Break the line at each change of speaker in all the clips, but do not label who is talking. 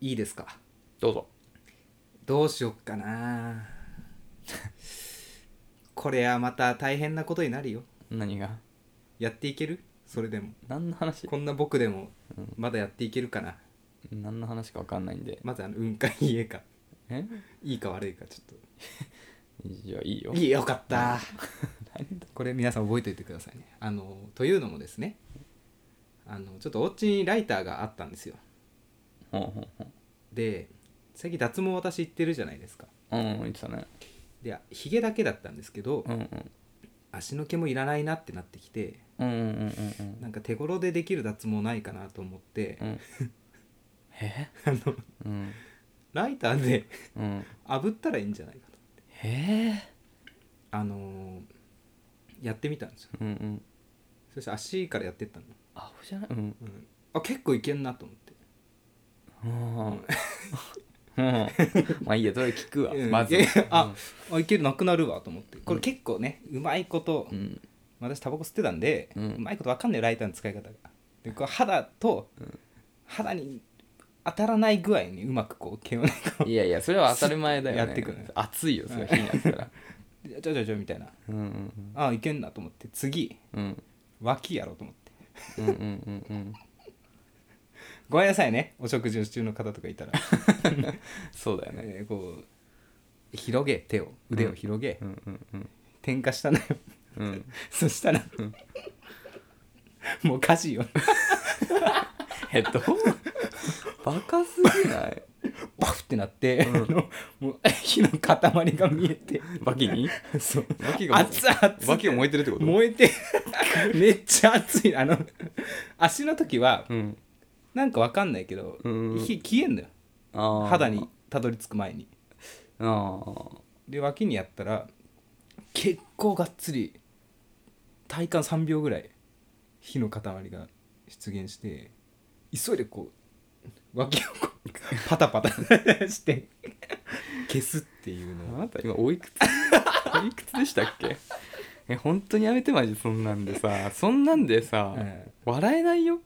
いいですか
どうぞ
どうしよっかなこれはまた大変なことになるよ
何が
やっていけるそれでも
何の話
こんな僕でも
うん
まだやっていけるかな、
何の話か分かんないんで
まずあの運かいいえか
え
いいか悪いかちょっ
じゃあいいよ
といいよかった
何だ
これ皆さん覚えておいてくださいねあのというのもですねあのちょっとお家にライターがあったんですよ
ほんほん
で最近脱毛私行ってるじゃないですか
ほんうん言ってたね
でひげだけだったんですけど、
うんうん
足の毛もいらないなってなってきて
うんうんうんうん
なんか手頃でできる脱毛ないかなと思って
う、んえ
あの
うん
ライターで
うん
炙ったらいいんじゃないかと
え
あのーやってみたんですよ
ー、うんうん
そして足からやってったの、
アホじゃないうん
うん、あ結構いけんなと思って
うんうん まあいいやそれ聞くわ、
うん
まず
いやいやああいけるなくなるわと思ってこれ結構ねうまいこと、
うん
私タバコ吸ってたんで、う
うん
まいことわかんないライターの使い方がでこう肌と、肌に当たらない具合にうまくこう毛をねこ
いやいやそれは当たり前だよね
やってくのよ
熱いよそれは火になったら
うちょちょちょみたいな
うんうん
あいけんなと思って次
うん
脇やろうと思って
うんうんうんうん
ごめんなさいねお食事中の方とかいたら、
そうだよね
えーこう広げ手を腕を広げ、
うんうんうん
点火したのよ
うん
そしたら、もうおかしいよ
えどうバカすぎない
バフってなって、あのもう火の塊が見えて
バキに
そう
バキが
熱々
バキが燃えてるってこと
燃え てめっちゃ熱いあの足の時は
うん
なんかわかんないけど、
うん
火消えんのよ
あー
肌にたどり着く前に
あー
で脇にやったら結構がっつり体感3秒ぐらい火の塊が出現して急いでこう脇をこうパタパタして消すっていう
あ
のを
なた今おいくつ おいくつでしたっけえ本当にやめてマジそんなんでさそんなんでさ、
え
笑えないよ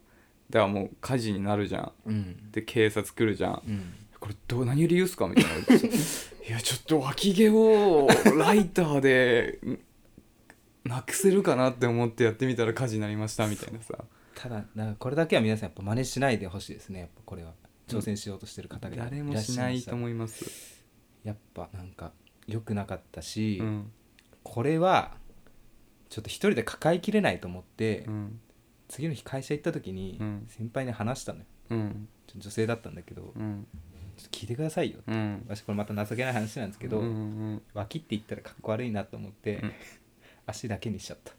だからもう火事になるじゃん
うん
で警察来るじゃん
うん
これどう何理由っすかみたいな いやちょっと脇毛をライターでんなくせるかなって思ってやってみたら火事になりましたみたいなさ
ただなんかこれだけは皆さんやっぱ真似しないでほしいですねやっぱこれは挑戦しようとしてる方がらっしゃ
誰
いま
もしないと
う
思います
やっぱなんか良くなかったし、
うん
これはちょっと一人で抱えきれないと思って、
うん
次の日会社行った時に
うん
先輩に話したのよ
うん
ちょ女性だったんだけど、ちょ
うん
っと聞いてくださいよ
うん
私これまた情けない話なんですけど、
うんうん
脇って言ったらかっこ悪いなと思って、
うん
足だけにしちゃった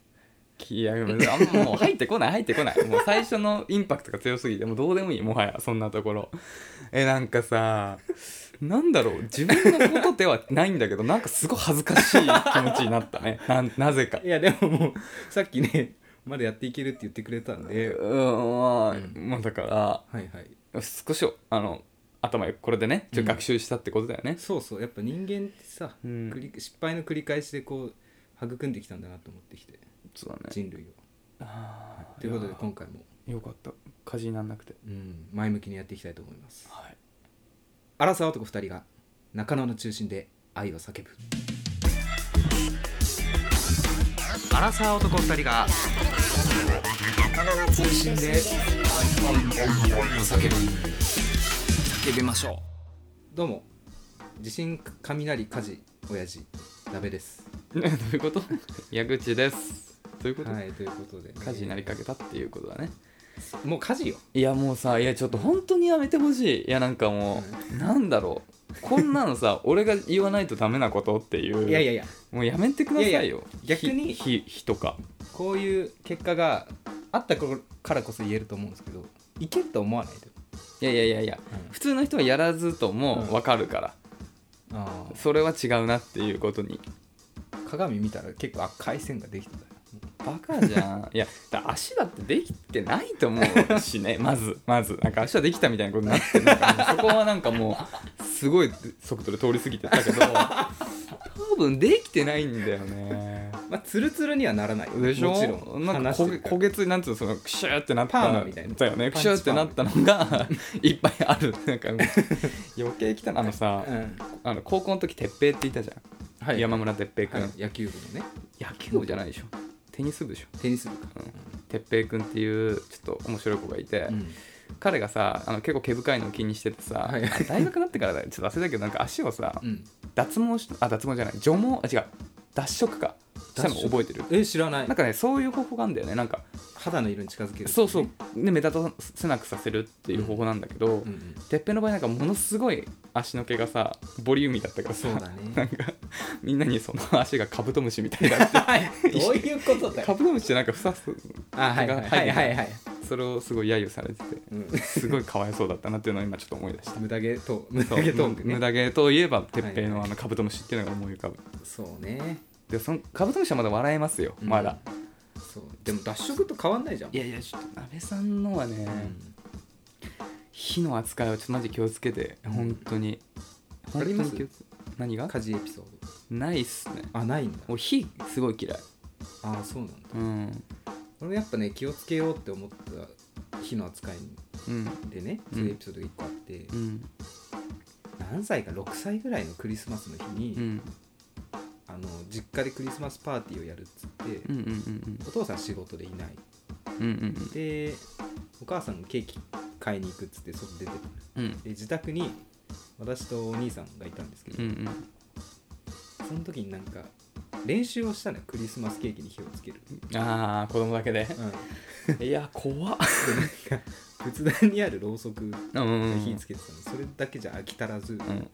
いやごめんあんまもう入ってこない入って こないもう最初のインパクトが強すぎてもうどうでもいいもはやそんなところえなんかさなんだろう自分のことではないんだけどなんかすごい恥ずかしい気持ちになったねなんなぜか
いやでももうさっきねまだやっていけるって言ってくれたんで、
うん、まあだか
はいはい
ら少しあの頭これでねちょっと学習したってことだよね、
そうそうやっぱ人間ってさ、
うん
繰り失敗の繰り返しでこう育んできたんだなと思ってきて
そうだね
人類を。
あー
ということで今回も、
いやよかった火事になんなくて
うん、前向きにやっていきたいと思います。
はい
荒沢男2人が中野の中心で愛を叫ぶ。荒沢男2人が中野の中心で愛を叫ぶ。叫びましょう。どうも地震雷火事親父鍋です。
どういう こと矢口ですということ、
はいということで、
火事になりかけたっていうことだね
もう火事よ。
いやもうさいやちょっと本当にやめてほしいいやなんかもう、なんだろうこんなの さ俺が言わないとダメなことっていう
い
い
やいやいや
もうやめてくださいよ
いやいや逆に
火火火とか
こういう結果があった頃からこそ言えると思うんですけどいけると思わないで
いやいやいやいや、
うん
普通の人はやらずとも
うん
分かるから、
あ
それは違うなっていうことに
ー鏡見たら結構赤い線ができてたよ
バカじゃ んいやだ足だってできてないと思う しねまずまずなんか足はできたみたいなことになってなんかもうそこはなんかもうすごい速度で通り過ぎてたけど多分できてないんだよね
まあ、まあツルツルにはならないよ
でしょ
もちろん
なんか
話して
焦げ
るら
焦げついなんつうのそのクシューってなった
パーマみたいな
だよね
パ
ク
ンチ
シューってなったのがいっぱいあるな んか余計汚いあのさ
うん
あの高校の時鉄平っていたじゃん、
はい
山村鉄平君、
はい野球部のね
野球部じゃないでしょテニス部でしょ
テニス部か
鉄平君っていうちょっと面白い子がいて、
うん
彼がさあの結構毛深いのを気にしててさ、
はい
あ大学になってからだよちょっと忘れたけどなんか足をさ
うん
脱毛しあ脱毛じゃない除毛あ違う脱色かしたの
脱色
覚えてる
え知らない
なんかねそういう方法があるんだよねなんか
肌の色に近づけるっていね
そうそうで目立たせなくさせるっていう方法なんだけど、
うんうん
てっぺんの場合なんかものすごい足の毛がさボリューミーだったからさ
そうだ
なん
ね
かみんなにその足がカブトムシみ たいだって
どういうことだ
カ
よ
ブトムシってなんかふさす
あはいはいはいはいはい
それをすごい揶揄されてて
うん
すごいかわいそうだったなっていうのを今ちょっと思い出した
無駄毛と無
そ
駄
う
毛トーク
無
ね
駄毛といえばてっぺん
はい
の
は
あのカブトムシっていうのが思い浮かぶ
そうね
でそのカブトムシはまだ笑えますよ
うん
まだ、
そうでも脱色と変わんないじゃん
いやいやちょっと安倍さんのはね、
うん
火の扱いはちょっとマジ気をつけて
うん
本当に
あ
本当
りま
に
す
気をつ何が
家事エピソー
ないっすね
ドあないんだ
俺火すごい嫌い
あそうなんだ
うん
俺もやっぱね気をつけようって思った日の扱い
うん
でね
うん
そういうエピソードが1個あって、
うん
何歳か6歳ぐらいのクリスマスの日に、
うん
あの実家でクリスマスパーティーをやるっつって、
うんうんうん
お父さん仕事でいない
うんうん
でお母さんがケーキ買いに行くっつって外出てた
うん
で自宅に私とお兄さんがいたんですけど、
うんうん
その時になんか練習をしたのよクリスマスケーキに火をつける、
うんああ子供だけで
うん、で
いや怖っ
なんか仏壇にあるろうそく
うんうん
で
うん
火つけてたの、それだけじゃ飽き足らず、
うん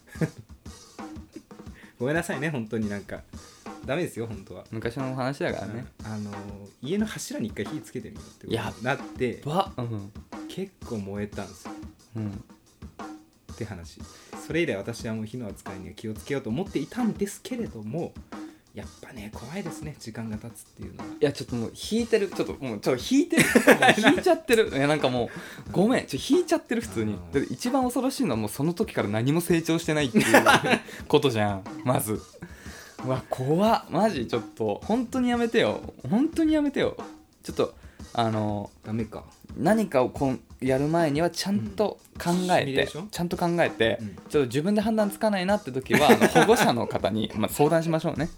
ごめんなさいね本当になんかダメですよ本当は、
昔の話だから
うん
ね
あのー家の柱に一回火つけてみようってことになって
ばうん
結構燃えたんですよ
うん
って話それ以来私はもう火の扱いには気をつけようと思っていたんですけれどもやっぱね怖いですね時間が経つっていうのはい
やちょっともう引いてるちょっともうちょっと引 いてるもう引いちゃってるいやなんかもうごめんちょっと引いちゃってる普通に
あー
だって一番恐ろしいのはもうその時から何も成長してないっていうこと じゃんまずうわ怖っマジちょっと本当にやめてよ本当にやめてよちょっとあの
ダメか
何かをこうやる前にはちゃんと考え
シミュレ
て
ー、ション
ちゃんと考えて、
うん
ちょっと自分で判断つかないなって時はあの保護者の方にまあ相談しましょうね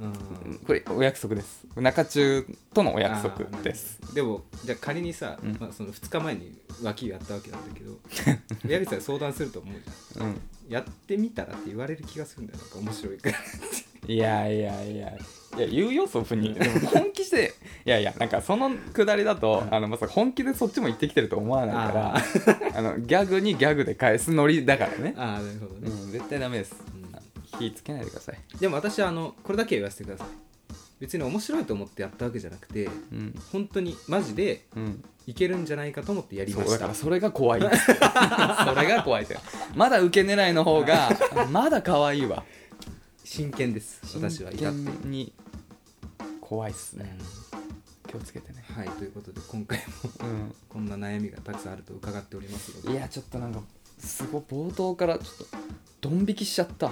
うん
これお約束です中中とのお約束です
あーなるほどでもじゃあ仮にさ、
うん
まあ、その2日前に脇やったわけなんだけ ど矢口さん相談すると思うじゃん
うん
やってみたらって言われる気がするんだよなんか面白いから
いやいやいやいや言うよそふに でも本気していやいやなんかそのくだりだとあのまさか本気でそっちも行ってきてると思わないから
あ
あのギャグにギャグで返すノリだからね、
ああなるほど
う
ね、
ん、絶対ダメです
うん
火つけないでください
でも私はあのこれだけは言わせてください別に面白いと思ってやったわけじゃなくて
うん
本当にマジで
うん
いけるんじゃないかと思ってやり
そ
ま
うだ
し
から
た
それが怖いんですよそれが怖いですよまだ受け狙いの方が まだ可愛いわ
真剣です私は至って、
真剣に怖いっす
うん
ね気をつけてね
はいということで今回も
うん
こんな悩みがたくさんあると伺っておりますので
いやちょっとなんかすごい冒頭からちょっとドン引きしちゃった、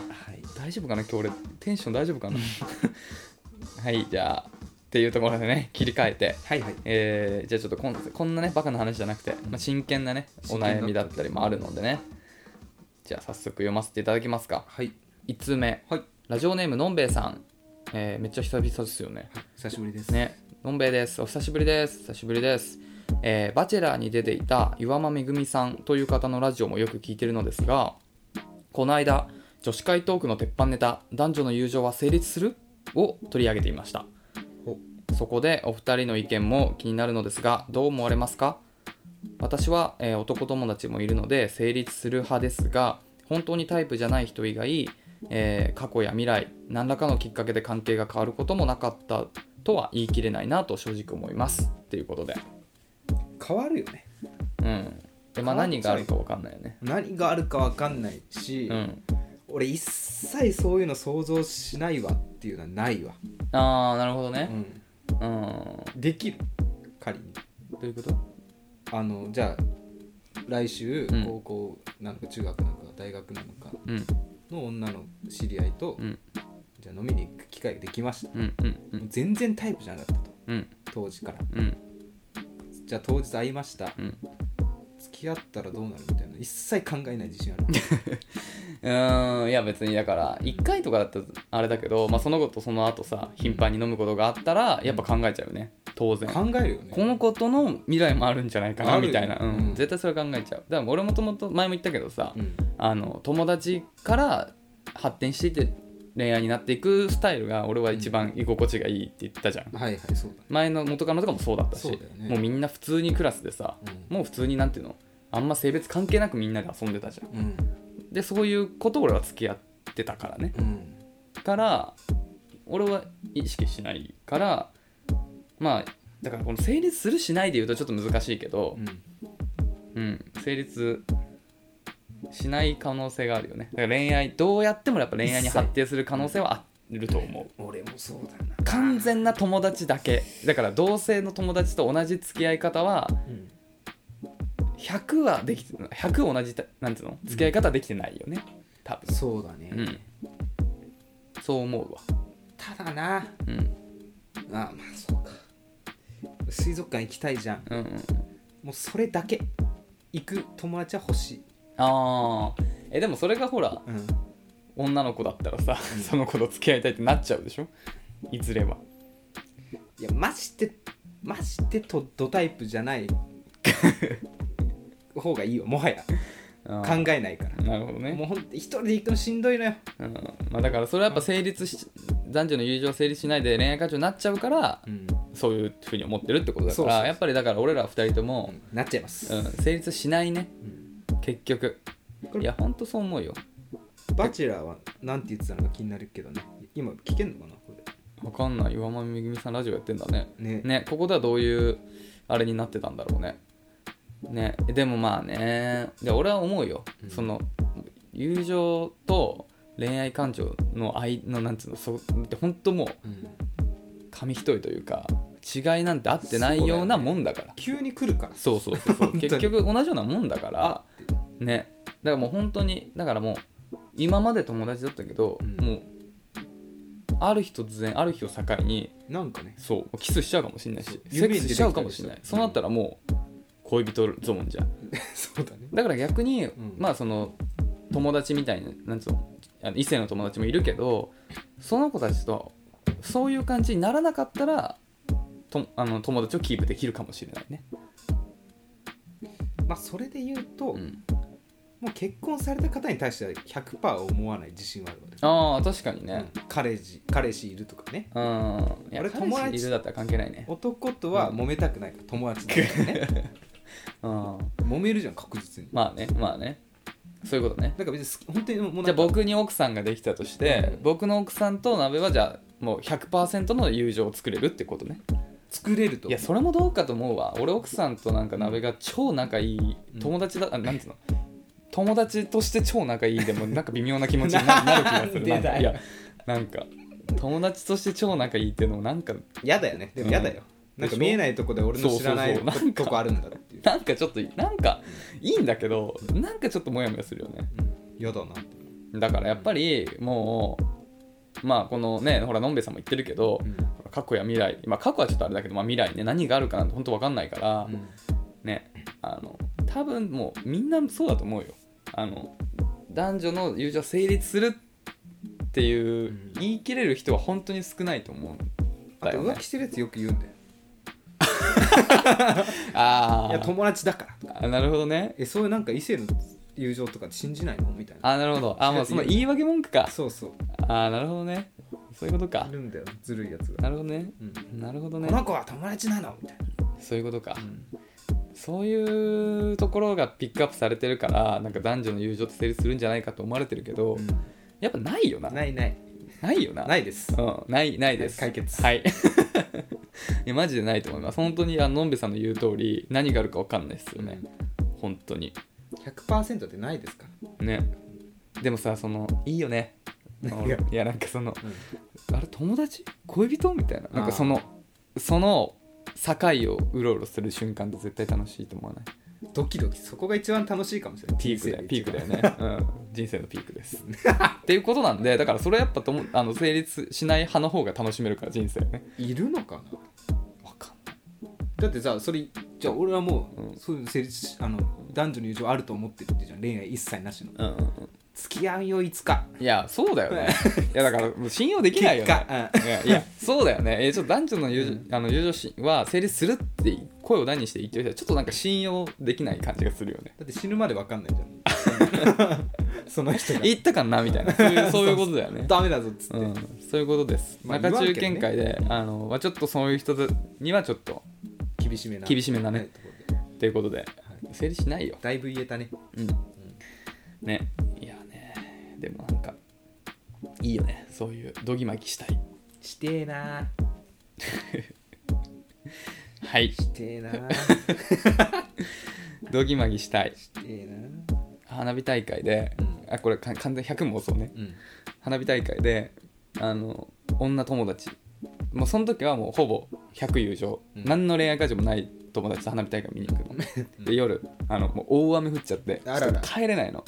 大丈夫かな今日俺テンション大丈夫かなはいじゃあっていうところでね切り替えて
はいはい
えーじゃあちょっとこんこんなねバカな話じゃなくて、まあ、真剣なねお
真剣だった
悩みだったりもあるのでねじゃあ早速読ませていただきますか
はい
1通目、
はい
ラジオネームのんべえさん、えーめっちゃ久々ですよね
久しぶりです
ねのんべえですお久しぶりです久しぶりです、えーバチェラーに出ていた岩間めぐみさんという方のラジオもよく聞いてるのですがこの間女子会トークの鉄板ネタ「男女の友情は成立する?」を取り上げていました
お
そこでお二人の意見も気になるのですがどう思われますか私は、えー男友達もいるので成立する派ですが本当にタイプじゃない人以外、えー過去や未来何らかのきっかけで関係が変わることもなかったとは言い切れないなと正直思いますっていうことで
変わるよね
うんでまあ
変わっちゃう
何があるか分かんないよね
何があるか分かんないし、
うん
俺一切そういうの想像しないわっていうのはないわ、
ああなるほど
う
ね
ん、
うん
できる仮に
どういうこと
あのじゃあ来週
うん
高校なのか中学なのか大学なのか
うん
の女の知り合いと
うん
じゃあ飲みに行く機会ができました、
うんうんう
もうん全然タイプじゃなかったと
うん
当時から
うん
じゃあ当日会いました
うん
付き合ったらどうなるみたいな一切考えない自信ある
うーんいや別にだから1回とかだったらあれだけど、まあ、その子とその後さ頻繁に飲むことがあったらやっぱ考えちゃうね当然
考えるよね
この子との未来もあるんじゃないか
あ
な
るよ
みたいな、うん
うん
絶対それ考えちゃうだから俺もともと前も言ったけどさ、
うん
あの友達から発展していって恋愛になっていくスタイルが俺は一番居心地がいいって言ったじゃん、
はいはいそう
前の元カノとかもそうだったし、
そうだよね
もうみんな普通にクラスでさ、
だね
もう普通になんていうのあんま性別関係なくみんなで遊んでたじゃん
うんうん
でそういうこと俺は付き合ってたからね
うん
から俺は意識しないからまあだからこの成立するしないで言うとちょっと難しいけど、うん、成立しない可能性があるよねだから恋愛どうやってもやっぱ恋愛に発展する可能性はあると思う
うん俺もそうだな
完全な友達だけだから同性の友達と同じ付き合い方は
うん
100はできて100同じたなんていうの付き合い方できてないよね多分
そうだね、
うんそう思うわ
ただな
うん
あまあそうか水族館行きたいじゃん
うんうん
もうそれだけ行く友達は欲しい、
あーえでもそれがほら
うん、
女の子だったらさ その子と付き合いたいってなっちゃうでしょいずれはい
やましてましてとドタイプじゃ ない方がいいよもはや
あ
考
ー
えないから
なるほどね
もうほんと一人で行くのしんどいのよ
うんまあ、だからそれはやっぱ成立し男女の友情は成立しないで恋愛感情になっちゃうから
うん
そういうふうに思ってるってことだ
そ
か
うそうそ
ら
う
やっぱりだから俺ら二人とも、
なっちゃいます、
うん、成立しないね
うん
結局
これ
いやほんとそう思うよ
バチェラーはなんて言ってたのか気になるけどね今聞けんのかなこ
わかんない岩間めぐみさんラジオやってんだね
れね
ねここではどういうあれになってたんだろうねねでもまあねで俺は思うよ、
うん
その友情と恋愛感情の愛のなんつうのそうって本当もう
うん
紙一重というか違いなんてあってないようなもんだから
急に来るから
そう,、そうそうそう
本当に
結局同じようなもんだからねだからもう本当にだからもう今まで友達だったけど、
うん
もうある日突然ある日を境に
なんかね
そうキスしちゃうかもしれないしセ
夢
ッ
に
ク
出てきたり
スしちゃうかもしれない
うん
そうなったらもう恋人ゾーンじゃん
そうだね
だから逆に、
ん
まあその友達みたいななんつうのあの異性の友達もいるけどその子たちとそういう感じにならなかったらとあの友達をキープできるかもしれないね、
まあそれで言うと、
うん、
もう結婚された方に対しては100%思わない自信はあるわけ
ああ確かにね、
彼氏彼氏いるとかね
うん、いや
俺
彼
友達
氏いるだったら関係ないね
男とは揉めたくないから友達だからね
うん
揉めるじゃん確実に
まあねまあねそういうことね
だから別に好き本当にもう
じゃ
な
あ
んか
僕に奥さんができたとして、
うん
僕の奥さんと鍋はじゃあもう100%の友情を作れるってことね
作れると
いやそれもどうかと思うわ俺奥さんとなんか鍋が超仲いい
うん
友達だ、あなんつうの友達として超仲いいでもなんか微妙な気持ち にななる気がする
なんで
か
だ
い
よ
やなんか友達として超仲いいっていうのもなんか
嫌だよねでも嫌だよ、
うん
なんか
でしょ
見えないとこで俺の知らない
そうそうそうなんか
とこあるんだっていう
なんかちょっとなんかいいんだけどなんかちょっとモヤモヤするよね
嫌だなって、
だからやっぱりもうまあこのねほらのんべえさんも言ってるけど、過去や未来、まあ、過去はちょっとあれだけど、まあ、未来ね何があるかなんて本当わかんないから、
うん
ねあの多分もうみんなそうだと思うよあの男女の友情は成立するっていう、
うん
言い切れる人は本当に少ないと思うん
あ
だ
と
よ、ね
浮、気してるやつよく言うんだよ
あ
いや友達だから
あなるほどね
えそういうなんか異性の友情とか信じないのみたいな
あなるほどあもうその言い訳文句か
そうそう
あなるほどねそういうことか
いるんだよずるいやつが、
なるほどね
うん
なるほど
この
ね
子は友達なのみたいな、
そういうことか、
うん
そういうところがピックアップされてるからなんか男女の友情って成立するんじゃないかと思われてるけど、やっぱないよなない
ないない
よな
ないです
うん、ないないです
解決
はい いやマジでないと思います本当にあののんべさんの言う通り何があるか分かんないですよね、本当に
100%ってないですから、
ねでもさそのいいよね
何が
いやなんかその
うん
あれ友達恋人みたいななん
あー
かそのその境をうろうろする瞬間って絶対楽しいと思わない
ドキドキそこが一番楽しいかもしれない
ピークだよピークだよ
ね
ね、うん、人生のピークです っていうことなんでだからそれはやっぱともあの成立しない派の方が楽しめるから人生ね
いるのかな
わかんない
だってさそれじゃあ俺はもう、
うん
そういう成立しあの男女の友情あると思ってるってじゃん恋愛一切なしの、
うんうんうん
付き合うよいつか
いやそうだよねいやだからもう信用できないよねいやいやそうだよね、えーちょっと男女の友情,、あの友情しは成立するって声を何にして言ってる人はちょっとなんか信用できない感じがするよね
だって死ぬまで分かんないじ ゃんその人が
言ったかなみたいな そういうそういうことだよね
ダメだぞっつって、
うん、そういうことです、
まあ
中
言わん
中
けどね
見解で、あのまあ、ちょっとそういう人にはちょっと
厳しめな
厳しめなね
はいところで
っていうことで
はい
成立しないよ
だいぶ言えたね
うんねいやねでもなんかいいよねそういうどぎまぎしたい
してえな
はい
してえなして
どぎまぎしたい
えな
花火大会で、
うん
あこれか完全100もそうね
うん
花火大会であの女友達もうその時はもうほぼ100友情、
うん
何の恋愛感情もない友達と花火大会見に行く の、で夜あのもう大雨降っちゃって
あらら
ちょっと帰れないの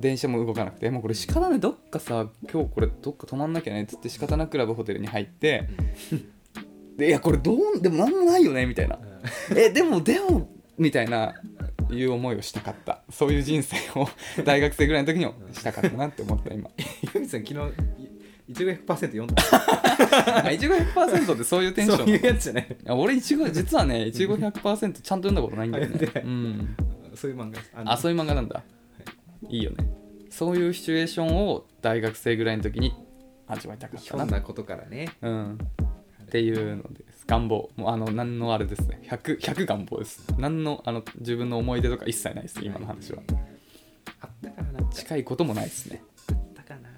電車も動かなくてもうこれ仕方ないどっかさ今日これどっか泊まんなきゃねっつって仕方なくラブホテルに入って、でいやこれどうでもなんもないよねみたいなえでもでもみたいないう思いをしたかったそういう人生 を大学生ぐらいの時にもしたかったなって思った今
ゆみさん昨日いちご100%読んだ
あいちご100%ってそういうテンシ
そうい
ョン
うやつじゃない
あ俺いちご実はねいちご100%ちゃんと読んだことないんだよ
あ読
ね
んでない
うん
そういう漫画ですあの
あそういう漫画なんだ、い、いよねそういうシチュエーションを大学生ぐらいの時に味わいたかっ
ひ
た
ょん
な
なことからね
うんっていうのです願望もうあの何のあれですね 100, 100願望です何のあの自分の思い出とか一切ないです今の話は
あったかななんか
近いこともないですね
あったかな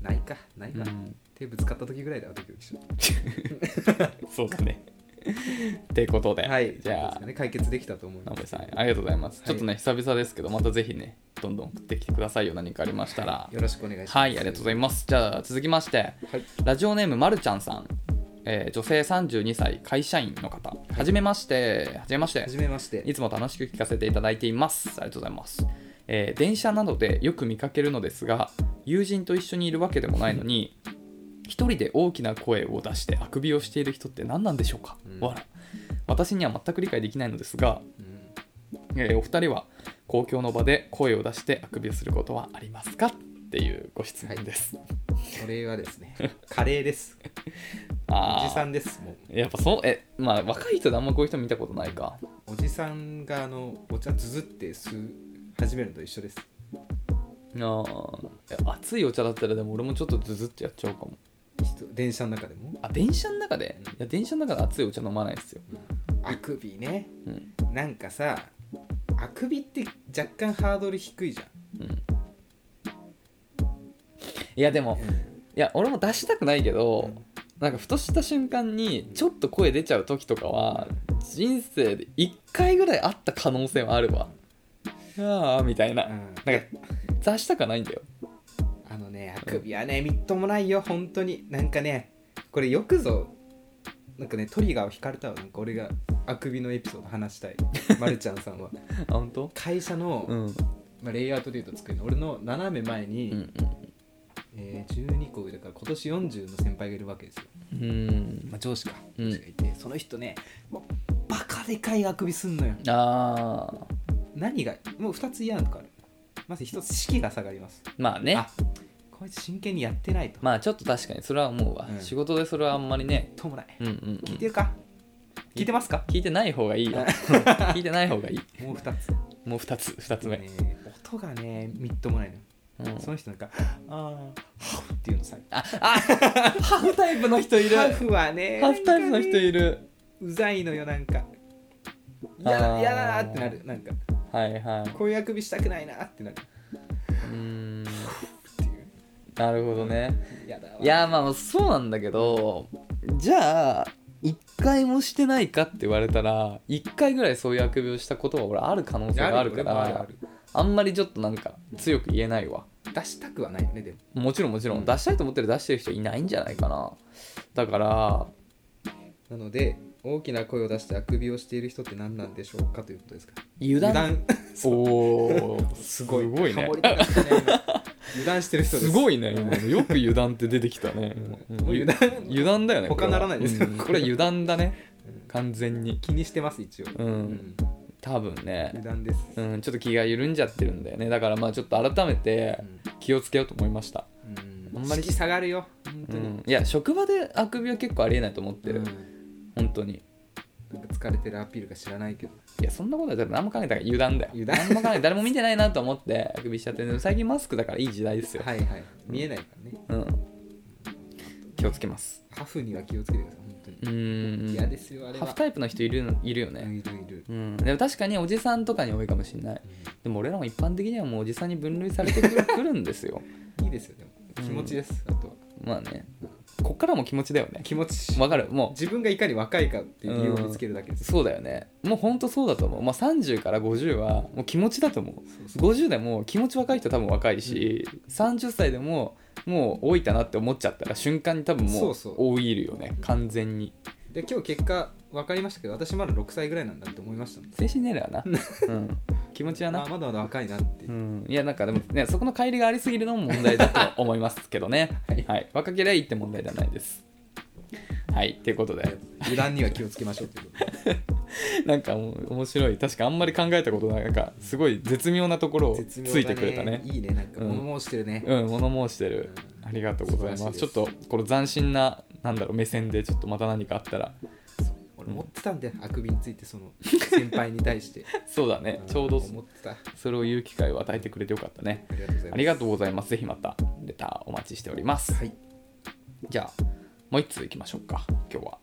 ないかないか、
うん
手ぶつかった時ぐらいだわドキドキしちゃう
そうだね。 ってことで、
はい
じ
どうで
ゃ
す
あ
か、ね、解決できたと思いま
南
す
部さん、ありがとうございます。
はい
ちょっとね、久々ですけど、またぜひね、どんどん送ってきてくださいよ、何かありましたら。
よろしくお願いします
はい、ありがとうございます。じゃあ、続きまして、
はい
ラジオネーム、まるちゃんさん、えー女性32歳、会社員の方、はじめまして、はじめまして
はじ。めまして
いつも楽しく聞かせていただいています。ありがとうございます。えー電車などでよく見かけるのですが、友人と一緒にいるわけでもないのに、一人で大きな声を出してあくびをしている人って何なんでしょうか、
うん
わら私には全く理解できないのですが、
うん
えーお二人は公共の場で声を出してあくびをすることはありますかっていうご質問です。
それはですねカレーです
あ
お
ー
じさんですもう
やっぱそう、え、まあ若い人であんまこういう人見たことないか。
おじさんがあのお茶ずずって吸う始めるのと一緒です
あーえ熱いお茶だったらでも俺もちょっとズズってやっちゃうかも。
人電車の中でも
あ電車の中で
うん
いや電車の中で熱いお茶飲まないですよ、
あくびね
うん
なんかさあくびって若干ハードル低いじゃん
うん、いやでもいや俺も出したくないけど、なんかふとした瞬間にちょっと声出ちゃう時とかは人生で1回ぐらいあった可能性はあるわああみたいな,、
うん
なんか出したくはないんだよ
あのねあくびはねみっともないよ本当になんかねこれよくぞなんかねトリガーを引かれたわなんか俺があくびのエピソード話 したいまるちゃんさんは
あ本当
会社の、
うんうん
まあ、レイアウトでいうと作るの俺の斜め前に、
うん
えー12個上だから今年40の先輩がいるわけですよ、
うん
まあ、上司か
うん
上司がいて、その人ねもうバカでかいあくびすんのよ
ああ
何がもう2つ嫌なとこあるまず1つ士気が下がります
まあね
あこいつ真剣にやってないと
まあちょっと確かにそれは思うわ、
うん
仕事でそれはあんまりね
ともない
うんうん、うん
聞いてるか聞いてますか
聞いてない方がいいよ 聞いてない方がいい
もう2つ
もう2つ2つ目、
ね音がねみっともないのよ、
うん
その人なんか「あーハフ」っていうのさ
ああハーフタイプの人いる
ハ
ハ
フはね
ーフタイプの人
る
いる
うざいのよなんか嫌だ
あー
嫌だなってなるなんか
はいはい
こういうあくびしたくないなってなる
うーん
っていう
なるほどね
嫌だわ
いやまあそうなんだけどじゃあ1回もしてないかって言われたら1回ぐらいそういうあくびをしたことは俺ある可能性があるか
俺もある
ら
ある
あんまりちょっとなんか強く言えないわ
出したくはないよねでも
もちろんもちろ
うん
ん出したいと思ってる出してる人いないんじゃないかなだから
なので大きな声を出してあくびをしている人って何なんでしょうかということですか
油断おおー
すごい
すごい
ハ
ね
モりたかったね今油断してる人です
すごいね今よく油断って出てきたね
うん
もう
油断
油断だよね
他
これは
ならないですよ
うんこれ油断だね完全に
気にしてます一応
うん
うん
多分ね
油断です
うんちょっと気が緩んじゃってるんだよねだからまあちょっと改めて気をつけようと思いました
うん
あ
うん
んまり
士気下がるよ本当
う
に
んいや職場であくびは結構ありえないと思ってる、
うん
本当に
なんか疲れてるアピールか知らないけど
いやそんなことは多分何も考えてない油断だよ
油断
何も考えない誰も見てないなと思ってあくびしちゃってるでも最近マスクだからいい時代ですよ、
はいはい見えないからね
うん気をつけます
ハフには気をつけてください本当
う
に
ーん
嫌ですよあれ
ハーフ
は
タイプの人いるいるよね、
いるいる
うん、でも確かにおじさんとかに多いかもしれないでも俺らも一般的にはもうおじさんに分類されてくる くるんですよ
いいですよでも気持ちですあとは
まあねこっからも気持ちだよね
気持ち
わかるも
自分がいかに若いかっていう理由を見つけるだけで
う
す
そうだよねもうほんとそうだと思う、まあ、30から50はもう気持ちだと思う
そうそう
50でも気持ち若い人多分若いし、30歳でももう老いたなって思っちゃったら瞬間に多分も
そううそう
老いるよね完全に
で今日結果分かりましたけど私まだ6歳ぐらいなんだって思いましたもん
精神年齢は な、うん、気持ちは
あ
な
まだまだ若いなって、
うん、いやなんかでもねそこの乖離がありすぎるのも問題だと思いますけどね、はい若ければいいって問題じゃないですはいっていうことで
油断には気をつけましょうっていう ことで
なんかもう面白い確かあんまり考えたことないなんかすごい絶妙なところをつ
絶妙だ
いてくれたね
いいねなんか
うん
物申してるね、
うん物申してるありがとうございます
素晴らしい
ちょ
で
っ
す
とこの斬新ななんだろう目線でちょっとまた何かあったら
俺持ってたんだよあくびについてそ の先輩に対して
そうだねちょうどそ
思ってたあ
それを言う機会を与えてくれてよかったね
りがとうございます
ありがとうございますぜひまたレターお待ちしております、
はい
じゃあもう一通いきましょうか今日は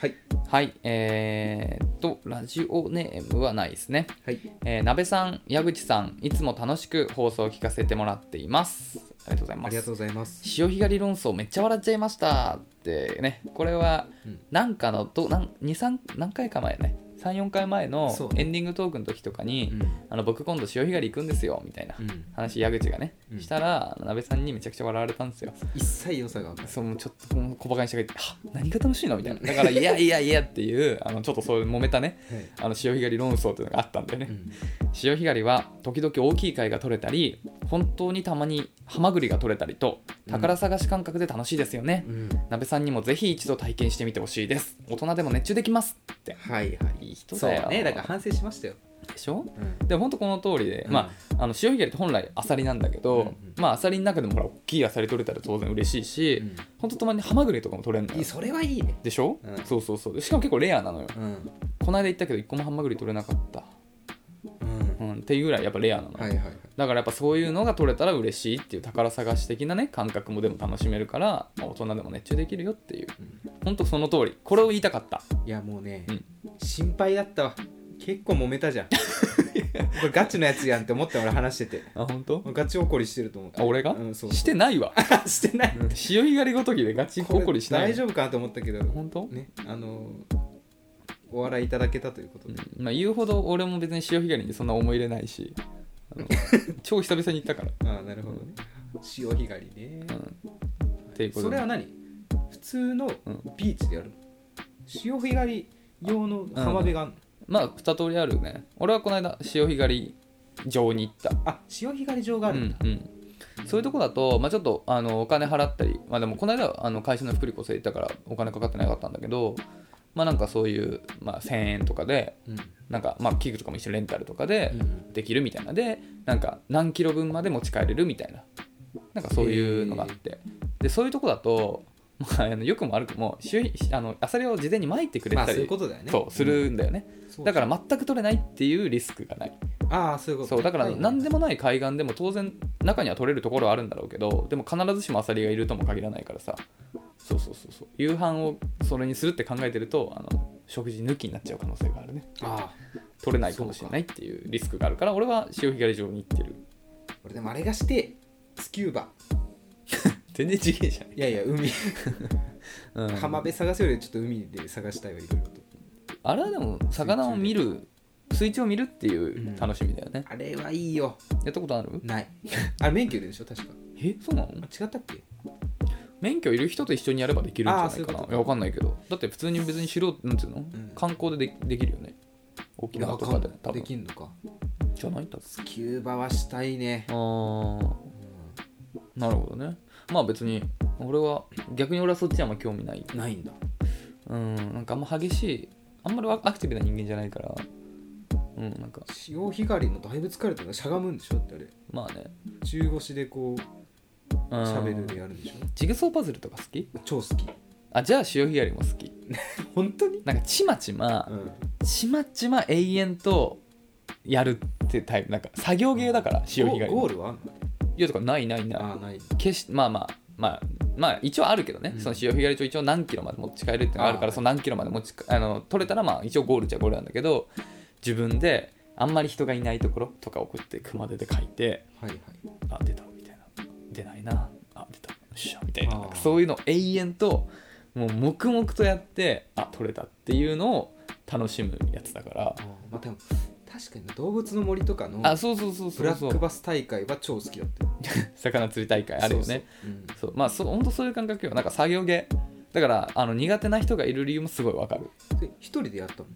はい
はいえー、っとラジオネームはないですね
はい
えー、鍋さん、矢口さん、いつも楽しく放送を聞かせてもらっています。ありがとうござい
あ
ま
りがと
す。
うございます
潮干狩り論争めっちゃ笑っちゃいましたってね、これは
うん
なんかのどなん2、3何回か前ね、3、4回前の
そうね
エンディングトークの時とかに、
うん
あの僕今度潮干狩り行くんですよみたいな
うん
話、矢口がね、
うん
したら、鍋さんにめちゃくちゃ笑われたんですよ。
一切良さが分かる
そうもうちょっともう小馬鹿にして帰って、は何が楽しいのみたいな。だから、いやいやいやっていう、あのちょっとそういう揉めたね、
はい
あの潮干狩り論争っていうのがあったんだよね。
うん
潮干狩りは時々大きい貝が取れたり本当にたまにハマグリが取れたりと宝探し感覚で楽しいですよね、
うん
鍋さんにもぜひ一度体験してみてほしいです大人でも熱中できますって
はいはい
いい人
そう
だよ
ねだから反省しましたよ、
でしょ
うん
でも本当この通りで、
うん
まああの潮干狩りって本来アサリなんだけど、
うんうん
まあアサリの中でもほら大きいアサリ取れたら当然嬉しいし、
うん
本当たまにハマグリとかも取れるんだ
いい
よ
それはいいね
でしょ、
うん
そうそうそうしかも結構レアなのよ
うん、
この間行ったけど一個もハマグリ取れなかった、
うん、
うん、っていうぐらいやっぱレアなのよ
はいはいはい
だからやっぱそういうのが取れたら嬉しいっていう宝探し的なね感覚もでも楽しめるから、まあ、大人でも熱中できるよっていう
うん
ほんとその通りこれを言いたかった
いやもうね、
うん
心配だったわ結構揉めたじ ゃんこれガチのやつやんって思った俺話してて
あ本当？
ガチ怒りしてると思って
あ俺が、
うん、そう
してないわ
してない
潮干狩りごときでガチ怒りしない
大丈夫かなと思ったけど
本当、
ねあのーお笑いいただけたということ
う
で、
んまあ、言うほど俺も別に潮干狩りにそんな思い入れないしあ の超久々に行ったから、
ああなるほどね潮干狩りね、
うん、っていうこと
それ
で
は何普通の
うん
ビーチでやるの、潮干狩り用の浜辺があるの、
まあ二通りあるね俺はこの間潮干狩り場に行った
あ潮干狩り場があるんだ、
うんうんそういうとこだと、まあ、ちょっとあのお金払ったり、まあ、でもこの間はあの会社の福利厚生行ったからお金かかってなかったんだけど、まあ、なんかそういう、まあ、1000円とかで
うん
なんか、まあ、器具とかも一緒にレンタルとかで
うん
できるみたいなでなんか何キロ分まで持ち帰れるみたいななんかそういうのがあって、でそういうとこだと、まあ、あのよくも悪くもしゅあのアサリを事前に撒いてくれ
まあ
た
そういう
り、
ことだよね
そうするんだよね、
そう
だから全く取れないっていうリスクがない
ああそういうこと
そうだから何で
も
もない海岸でも当然中には取れるところはあるんだろうけどでも必ずしもアサリがいるとも限らないからさそうそうそうそう夕飯をそれにするって考えてるとあの食事抜きになっちゃう可能性があるね
ああ
取れないかもしれないっていうリスクがあるから俺は潮干狩り場に行ってる
俺でもあれがしてスキューバ
全然違えじ
いやいや海
ゃん、うん、
浜辺探すよりちょっと海で探したいわいろいろと
あれはでも魚を見る水中を見るっていう楽しみだよね、
あれはいいよ
やったことある
ないあれ免許いるでしょ確か
えそうなの
あ違ったっけ
免許いる人と一緒にやればできるんじゃない
あーそうい
か
う
な
こと
いやわかんないけどだって普通に別に素人なんていうの、
ん
観光ででできるよね沖縄とかで多
で
分
きんのか
じゃない多分
スキューバはしたいね
あーなるほどねまあ別に俺は逆に俺はそっちはあんま興味ない
ないんだ
うんなんかあんま激しいあんまりアクティブな人間じゃないからうんなんか
潮干狩りもだいぶ疲れたなしゃがむんでしょだってあれ
まあね
中腰でこう
うん
シャベルでやるんでしょ
ジグソーパズルとか好き
超好き
あじゃあ潮干狩りも好き
本当に
なんかちまちま、
うん
ちまちま永遠とやるってタイプなんか作業芸だから潮干狩り
ゴ
の
ゴールはあんの
いやとかないないない
あーない
決しまあまあまあまあ一応あるけどね、
うん
その潮干狩り帳一応何キロまで持ち帰るっていうのがあるか
あ
ら
ー
その何キロまで持ちあの取れたらまあ一応ゴールっちゃゴールなんだけど自分であんまり人がいないところとか送って熊手で書いて
はいはい
あ出たみたいな出ないなあ出たよっしゃみたいな
あー
なんかそういうのを永遠ともう黙々とやってあ取れたっていうのを楽しむやつだから
あーまあでも確かに動物の森とかの
あそうそうそう
ブ
そ
ラ
うそ
ック
う
バス大会は超好きだった
魚釣り大会あるよね
そうそううん
そうまあそう本当そういう感覚よなんか作業芸だからあの苦手な人がいる理由もすごいわかる
で一人でやったの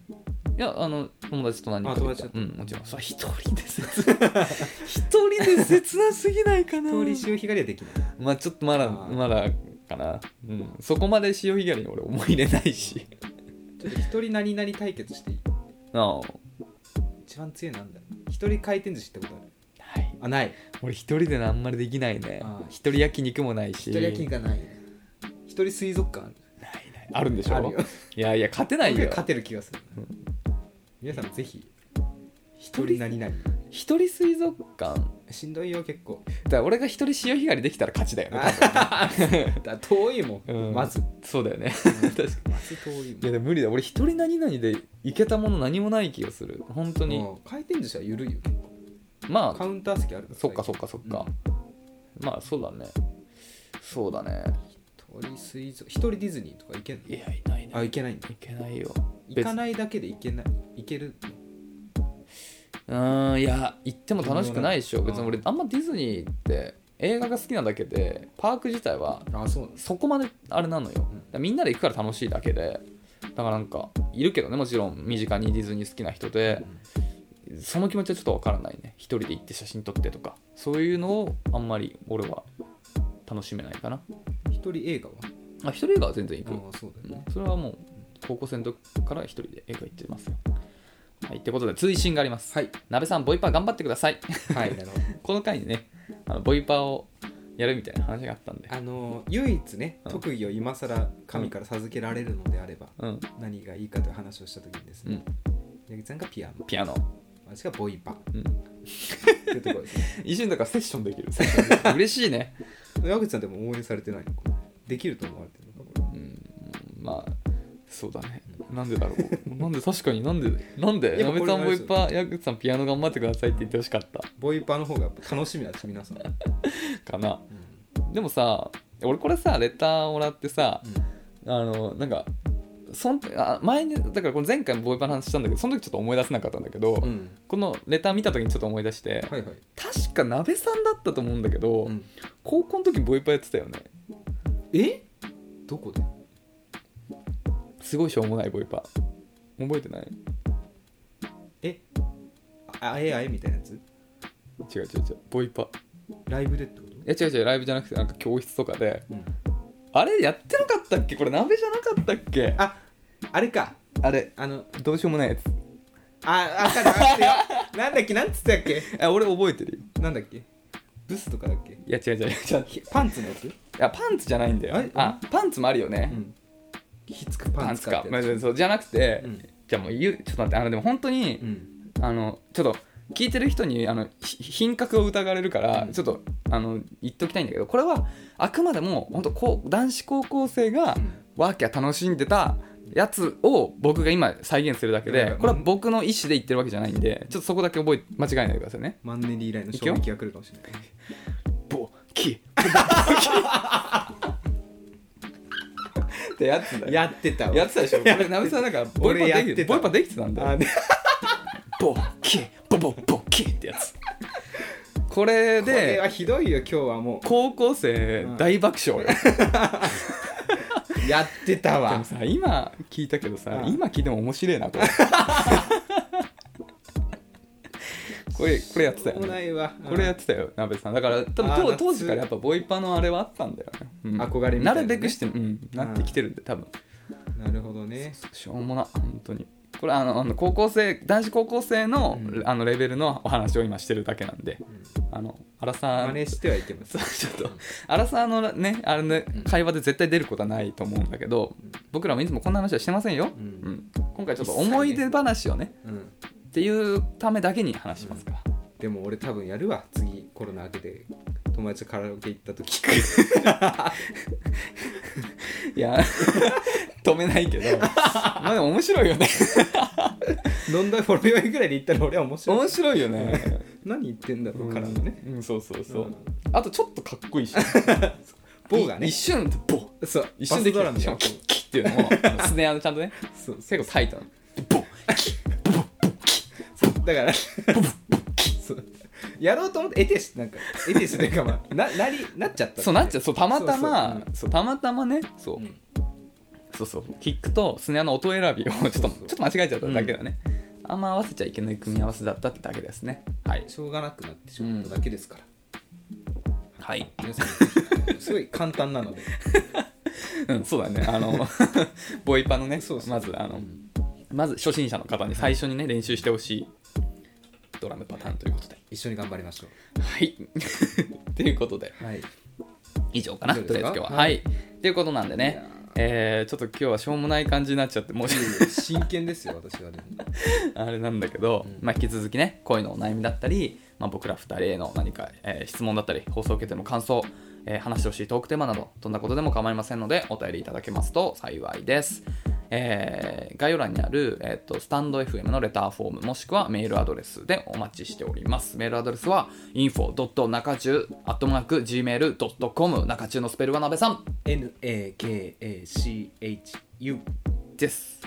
いやあの友達と何人
あ
か
友
で
達と
うんもちろんそれ一人で切な一人で切なすぎないかな
一人潮干狩りはできない
まあちょっとまだ
あー
まだかな、うん、そこまで潮干狩りに俺思い入れない し
ちょっと一人何々対決していい
ああ
一番強いなんだろう一人回転寿司ってことある
はい
あない
俺一人でのあんまりできないね
あー
一人焼肉もないし
一人焼きがない一人水族館
ないないあるんでし ょ
あるよ
いやいや勝てない
僕
よ
勝てる気がする、皆さんもぜひ一人何々
一人水族館
しんどいよ結 構
だから俺が一人潮干狩りできたら勝ちだよね多分
だ遠いもん、
うん
まず
そうだよ ね確かに
まず遠い
い
もん
やでも無理だ俺一人何々で行けたもの何もない気がする本当に
もう回転寿司は緩いよ結構
ま
カ
あ
ウンター席あるから
そっかそっかそっか、まあそうだねそうだね
一人水族一人ディズニーとか行けんの
いやいないね
あ行けないんだ
いけないよ
行かないだけで行けない行ける
うーんいや行っても楽しくないでしょ
微妙
別
だ
に
な
俺あんまディズニーって映画が好きなだけでパーク自体は
あそうなんです
そこまであれなのよだからみんなで行くから楽しいだけでだからなんかいるけどねもちろん身近にディズニー好きな人でその気持ちはちょっとわからないね一人で行って写真撮ってとかそういうのをあんまり俺は楽しめないかな
一人映画は
あ一人映画は全然行く、
あそうだよね
うんそれはもう高校生の時から一人で映画行ってますよはいってことで追伸があります
はい
鍋さんボイパー頑張ってください
はいなるほど
この回にねあのボイパーをやるみたいな話があったんで
あの唯一ね
うん
特技を今更神から授けられるのであれば
うん
何がいいかという話をした時にです
う
ね
ん
八木さんがピアノ
ピアノ
私がボイパ
うん
っていうところですね
一瞬だからセッションできるセッションできる嬉しいね
矢口さんでも応援されてないのこれできると思われてるのかこ
うんまあそうだねなんでだろうなんで確かになんでなんで
いや
なべさん
これ
ボイパー矢口さんピアノ頑張ってくださいって言ってほしかった
れボイパの方がやっぱ楽しみだし皆さん、
かな
う
でもさ俺これさレターもらってさ
ん
あのなんかそんあ前にだからこの前回もボイパーの話したんだけどその時ちょっと思い出せなかったんだけど、
うん
このレター見た時にちょっと思い出して、
はいはい、
確かなべさんだったと思うんだけど、
うん
高校の時ボイパーやってたよね
えどこです
ごいしょうもないボイパー覚えてない
えああえあえみたいなやつ
違う違う違うボイパー
ライブでってこと
いや違う違うライブじゃなくてなんか教室とかで
うん
あれやってなかったっけこれ鍋じゃなかったっけあ
ああれか
れ
あの
どうしようもないやつ
ああかるわかるよなんだっけなんつったっけ
あ俺覚えてるよ
なんだっけブスとかだっけ
いや違う違う違う
ひパンツのやつ、う
いやパンツじゃないんだよ
あれ
あパンツもあるよね、
ん、ひつくパ
パ
ン
ン
ツ
ツ
かっ
か
て
ま
や
あ
つ
そうじゃなくて、
うん
じゃあもう言うちょっと待ってあのでも本当に
う、ん
あのちょっと聞いてる人にあのひ品格を疑われるから、
うん
ちょっとあの言っときたいんだけどこれはあくまでも本当こう男子高校生が
うん
ワーキャー楽しんでたやつを僕が今再現するだけ
いやい
で
や
これは僕の意思で言ってるわけじゃないんでちょっとそこだけ覚え間違えないでくださいね。
マンネリ以来の
いくよ
衝撃が来るかもしれない
ボキって やつだよ。
やってたわ
やってたでしょ。これナベさんなんかボイ
俺
パ
やっ
でき
て
て
た
ボイパできてたんだよ。
あで
ボキボボボキってやつ。これ
これは
で
ひどいよ今日はも
高校生
ん
大爆笑よ、
うやってた
で
わ
もさ今聞いたけどさ、
うん
今聞いても面白 いなこれこれこれやってたよ
も
ね
ないわ
これやってたよ、なべさん。だから、多分
あー
当
夏
当時からやっぱボイパのあれはあったんだよね。うん
憧れみたいなね
るべくして、うん、なってきてるんで、多分
うんなるほどね
しょうもな、本当に。これあのあの高校生男子高校生の,、
うん
あのレベルのお話を今してるだけなんで、あの荒さ
真似してはいけません
ちょっと荒沢のねあれね会話で絶対出ることはないと思うんだけど僕らもいつもこんな話はしてませんよ、
うん
うん今回ちょっと思い出話をね
うん
っていうためだけに話しますから、
でも俺多分やるわ次コロナ明けで友達とカラオケ行った 時
いや止めないけどまあでも面白いよ ね
飲んだほろ酔いぐらいで行ったら俺は面白い
面白いよね
何言ってんだろうカラオケね
うんそうそうそう、
うん
あとちょっとかっこいい し
棒がね
い一瞬ボ
そう
一瞬でき
バスドラム
るしかも キッキッっていうのもスネアのちゃんと ね
そう
結構タイトな
だからそうやろうと思って得てしなんか得てしというか まあななりなっちゃった
そうなっちゃうそうたまたま
そうそう
そうたまたまねそう、
うん
そうそうキックとスネアの音選びをちょっとち
そ
ょ
う
っ
そう
と間違えちゃっただけだね、あんま合わせちゃいけない組み合わせだったってだけですねはい
しょうがなくなってしまっただけですから、
はい、
皆さんすごい簡単なので
うん、そうだね あのボイパのね
そうそう
まずあのまず初心者の方に最初にね練習してほしいドラムパターンということで
一緒に頑張りましょ
はい ということで
うはい
以上かな
以
と
上です
り
か
あえず今日は
は
はいということなんで
いや
ねえーちょっと今日はしょうもない感じになっちゃってもう
真剣ですよ私はでも
あれなんだけど、
うん
まあ、引き続きね恋のお悩みだったり、まあ、僕ら2人への何か、えー質問だったり放送を受けての感想、えー話してほしいトークテーマなどどんなことでも構いませんのでお便りいただけますと幸いです、えー概要欄にある、えー、とスタンド FM のレターフォームもしくはメールアドレスでお待ちしておりますメールアドレスは info.nakachu.gmail.com 中中のスペルはなべさん
NAKACHU
です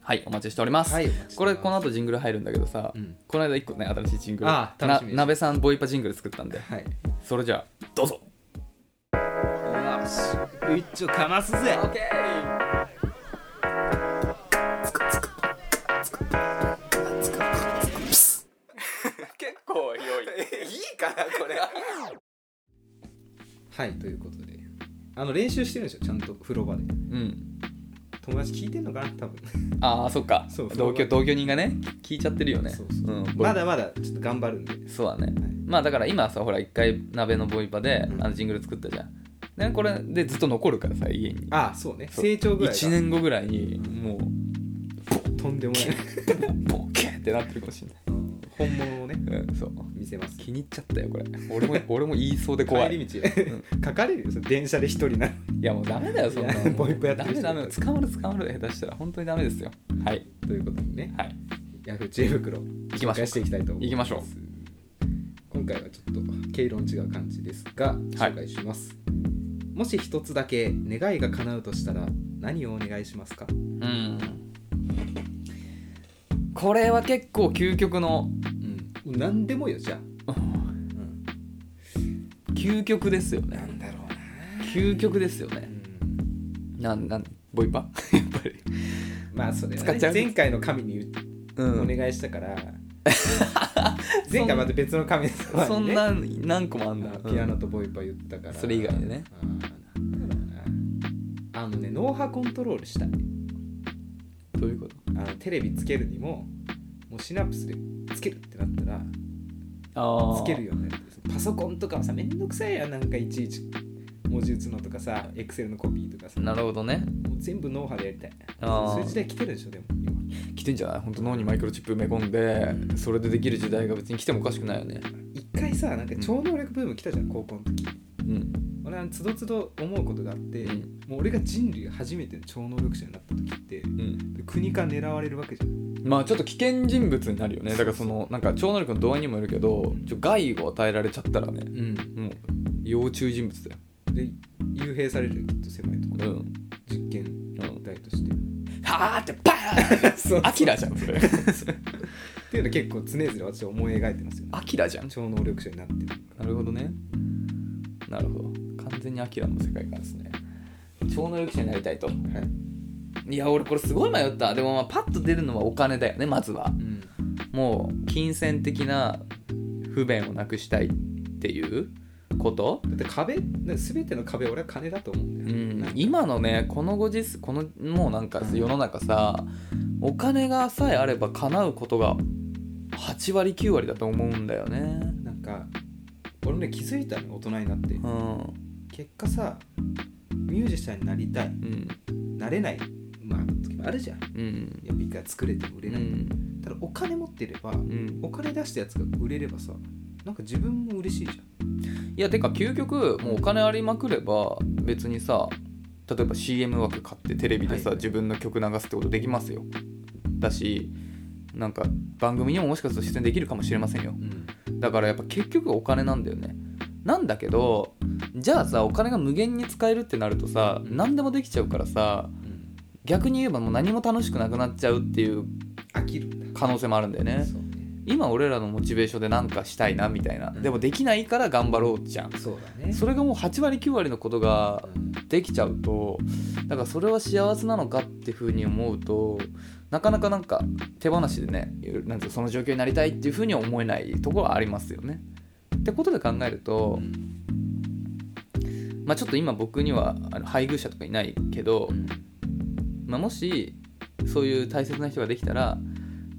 はいお待ちしております、
はいお待ちしてます
これこの後ジングル入るんだけどさ、
うん
この間一個ね新しいジングル
あー楽しみです
なべさんボイパジングル作ったんで
はい
それじゃあどうぞ
よし一丁かますぜ
オッケー結構良いいいかなこれ
はいということであの練習してるんですよちゃんと風呂場で
うん
友達聞いてんのかな多分
ああそっか
そう
同居同居人がね聞いちゃってるよね
そうそうん
ボイ
まだまだちょっと頑張るんで
そうだね、まあだから今さほら一回鍋のボイパで
うん
あのジングル作ったじゃん、ね、これでずっと残るからさ家に
ああそうね成長ぐらい
1
が
年後ぐらいにもう
とんでもない
ボッケーってなってるかもしれ
本物をね
ない、うん、そう
見せます
気に入っちゃったよこれ俺も 俺も言いそうで怖
帰
い
り道書かれるよそれ電車で一人なの
いやもうダメだよそんない
やボイパやって
ダ
る
メ
人
ダメ捕まる捕まる下手したら本当にダメですよはい
ということでね
はい
ヤフー知恵袋
きましょ
紹介
う
していきたいと思います
行きまし
今回はちょっと毛色の違う感じですが紹介します、もし一つだけ願いが叶うとしたら何をお願いしますか
うんこれは結構究極の
うん何でもよじゃあ、うん
究極ですよね
んだろうな
究極ですよね
うん
なんなんボイパ やっぱり
まあそれは
使っちゃ
ね
う
前回の神に
う
お
ん
願いしたから、前回また別の神様に、ね、
そんな何個もあんだ
あピアノとボイパ言ったから、
それ以外でね
あーなんだろうなあのね脳波コントロールしたい
どういうこと
あのテレビつけるにももうシナプスでつけるってなったら
あー
つけるようになるパソコンとかはさめんどくさいやんなんかいちいち文字打つのとかさエクセルのコピーとかさも
なるほどね
う全部脳波でやりたい
あー
そういう時代来てるでしょでも今
来てんじゃない本当脳にマイクロチップ埋め込んでそれでできる時代が別に来てもおかしくないよね
一回さなんか超能力ブーム来たじゃん、高校の時
うん
俺はつどつど思うことがあって、
うん
もう俺が人類初めての超能力者になった時って
うん
国から狙われるわけじゃん
まあちょっと危険人物になるよねだからそのなんか超能力の度合いにもよるけどちょ害を与えられちゃったらね
うん、
もう要注意人物だ
で幽閉されるよきっと狭いところ
ようん
実験
うん
台として
はあってバーン
そう
アキラじゃんそれ
っていうの結構常々私は思い描いてますよね
アキラじゃん
超能力者になってる
なるほどねなるほど完全にアキラの世界観ですね超能力者になりたいと
はい、
いや俺これすごい迷ったでもまあパッと出るのはお金だよねまずは
うん、
もう金銭的な不便をなくしたいっていうこと
だって壁だって全ての壁俺は金だと思うん
う
だよ、
ん今のねこのご時世このもうなんか
うん
世の中さお金がさえあれば叶うことが8割9割だと思うんだよね
なんか俺ね気づいたの大人になって、
うん
結果さミュージシャンになりたい
うん
なれないまあ時もあるじゃん
うん
やっぱ一回作れても売
う
れない、
ん
ただお金持ってれば、
うん
お金出したやつが売れればさなんか自分も嬉しいじ
いやてか究極もうお金ありまくれば別にさ例えば CM 枠買ってテレビでさ、
はい
自分の曲流すってことできますよだしなんか番組にももしかすると出演できるかもしれませんよ
ゃん、うん、
だからやっぱ結局お金なんだよねなんだけどじゃあさお金が無限に使えるってなるとさ、
うん
何でもできちゃうからさ逆に言えばもう何も楽しくなくなっちゃうっていう
飽きるんだ
可能性もあるんだよね
そうね
今俺らのモチベーションで何かしたいなみたいな、
うん
でもできないから頑張ろうじゃん
そうだね
それがもう8割9割のことが
うん
できちゃうとだからそれは幸せなのかっていうふうに思うとなかなかなんか手放しでねなんていうのその状況になりたいっていうふうには思えないところはありますよね。ってことで考えると、まあ、ちょっと今僕にはあの配偶者とかいないけど、まあ、もしそういう大切な人ができたら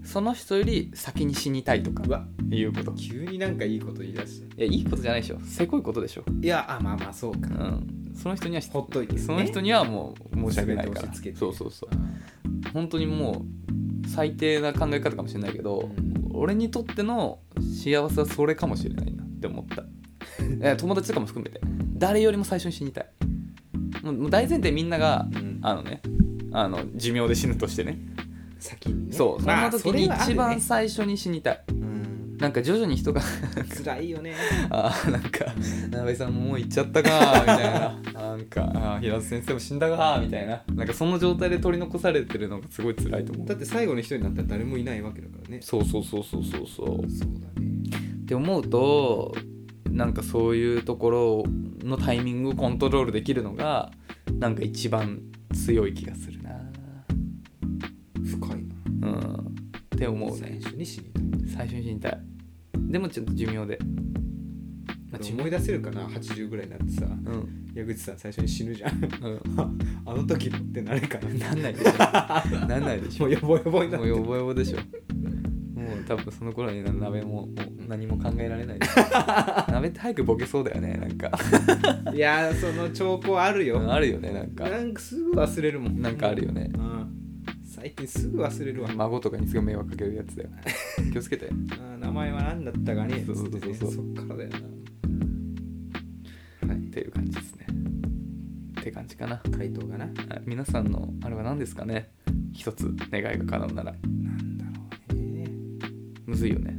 その人より先に死にたいとか
うわ
いうこと。
急になんかいいこと言い出して
いやいいことじゃないでしょせこいことでしょ。
いやあまあまあそうか、
うん、その人には
ほっといてね
その人にはもう申し訳ないから
全て押し付けて
そうそうそう本当にもう最低な考え方かもしれないけど、
うん
俺にとっての幸せはそれかもしれないなって思ったえ友達とかも含めて誰よりも最初に死にたいもうもう大前提みんなが
うん
あのねあの寿命で死ぬとしてね
先にね
そうそん
ま
な
あ
時
それ
に
はある
一
ね
番最初に死にたい、
うん
なんか徐々に人が
辛いよね
あーなんか鍋井さんももう行っちゃったかーみたい ななんかあー平瀬先生も死んだかーみたいななんかその状態で取り残されてるのがすごい辛いと思う
だって最後の人になったら誰もいないわけだからね
そうそうそうそうそうそう
そうだね
って思うとなんかそういうところのタイミングをコントロールできるのがなんか一番強い気がするな
深いな
うんって思うね
最初に死にたい
最初に死にたいでもちょっと寿命でまあ
俺
寿
思い出せるかな80ぐらいになってさ
うん、
矢口さん最初に死ぬじゃん
う
あの時のってなるか
ん、
な
なんないでし ょなんないでしょ
もうヨボヨボになっ
も
て
う
る
よぼよぼでしょもう多分その頃に鍋ももう何も考えられないで 鍋って早くボケそうだよねなんか
いやーその兆候あるよ、
あるよねなんか
なんかすぐ忘れるもん
なんかあるよね
うん最近すぐ忘れるわ、あ
孫とかにすごい迷惑かけるや つだよ気をつけて
ー名前は何だったかね
そうそうそ
つっ
うそう
てねそっからだよなはい
っていう感じですねって感じかな
回答がな
あ皆さんのあれは何ですかね一つ願いが叶うな
な
ら
んだろうね
むずいよね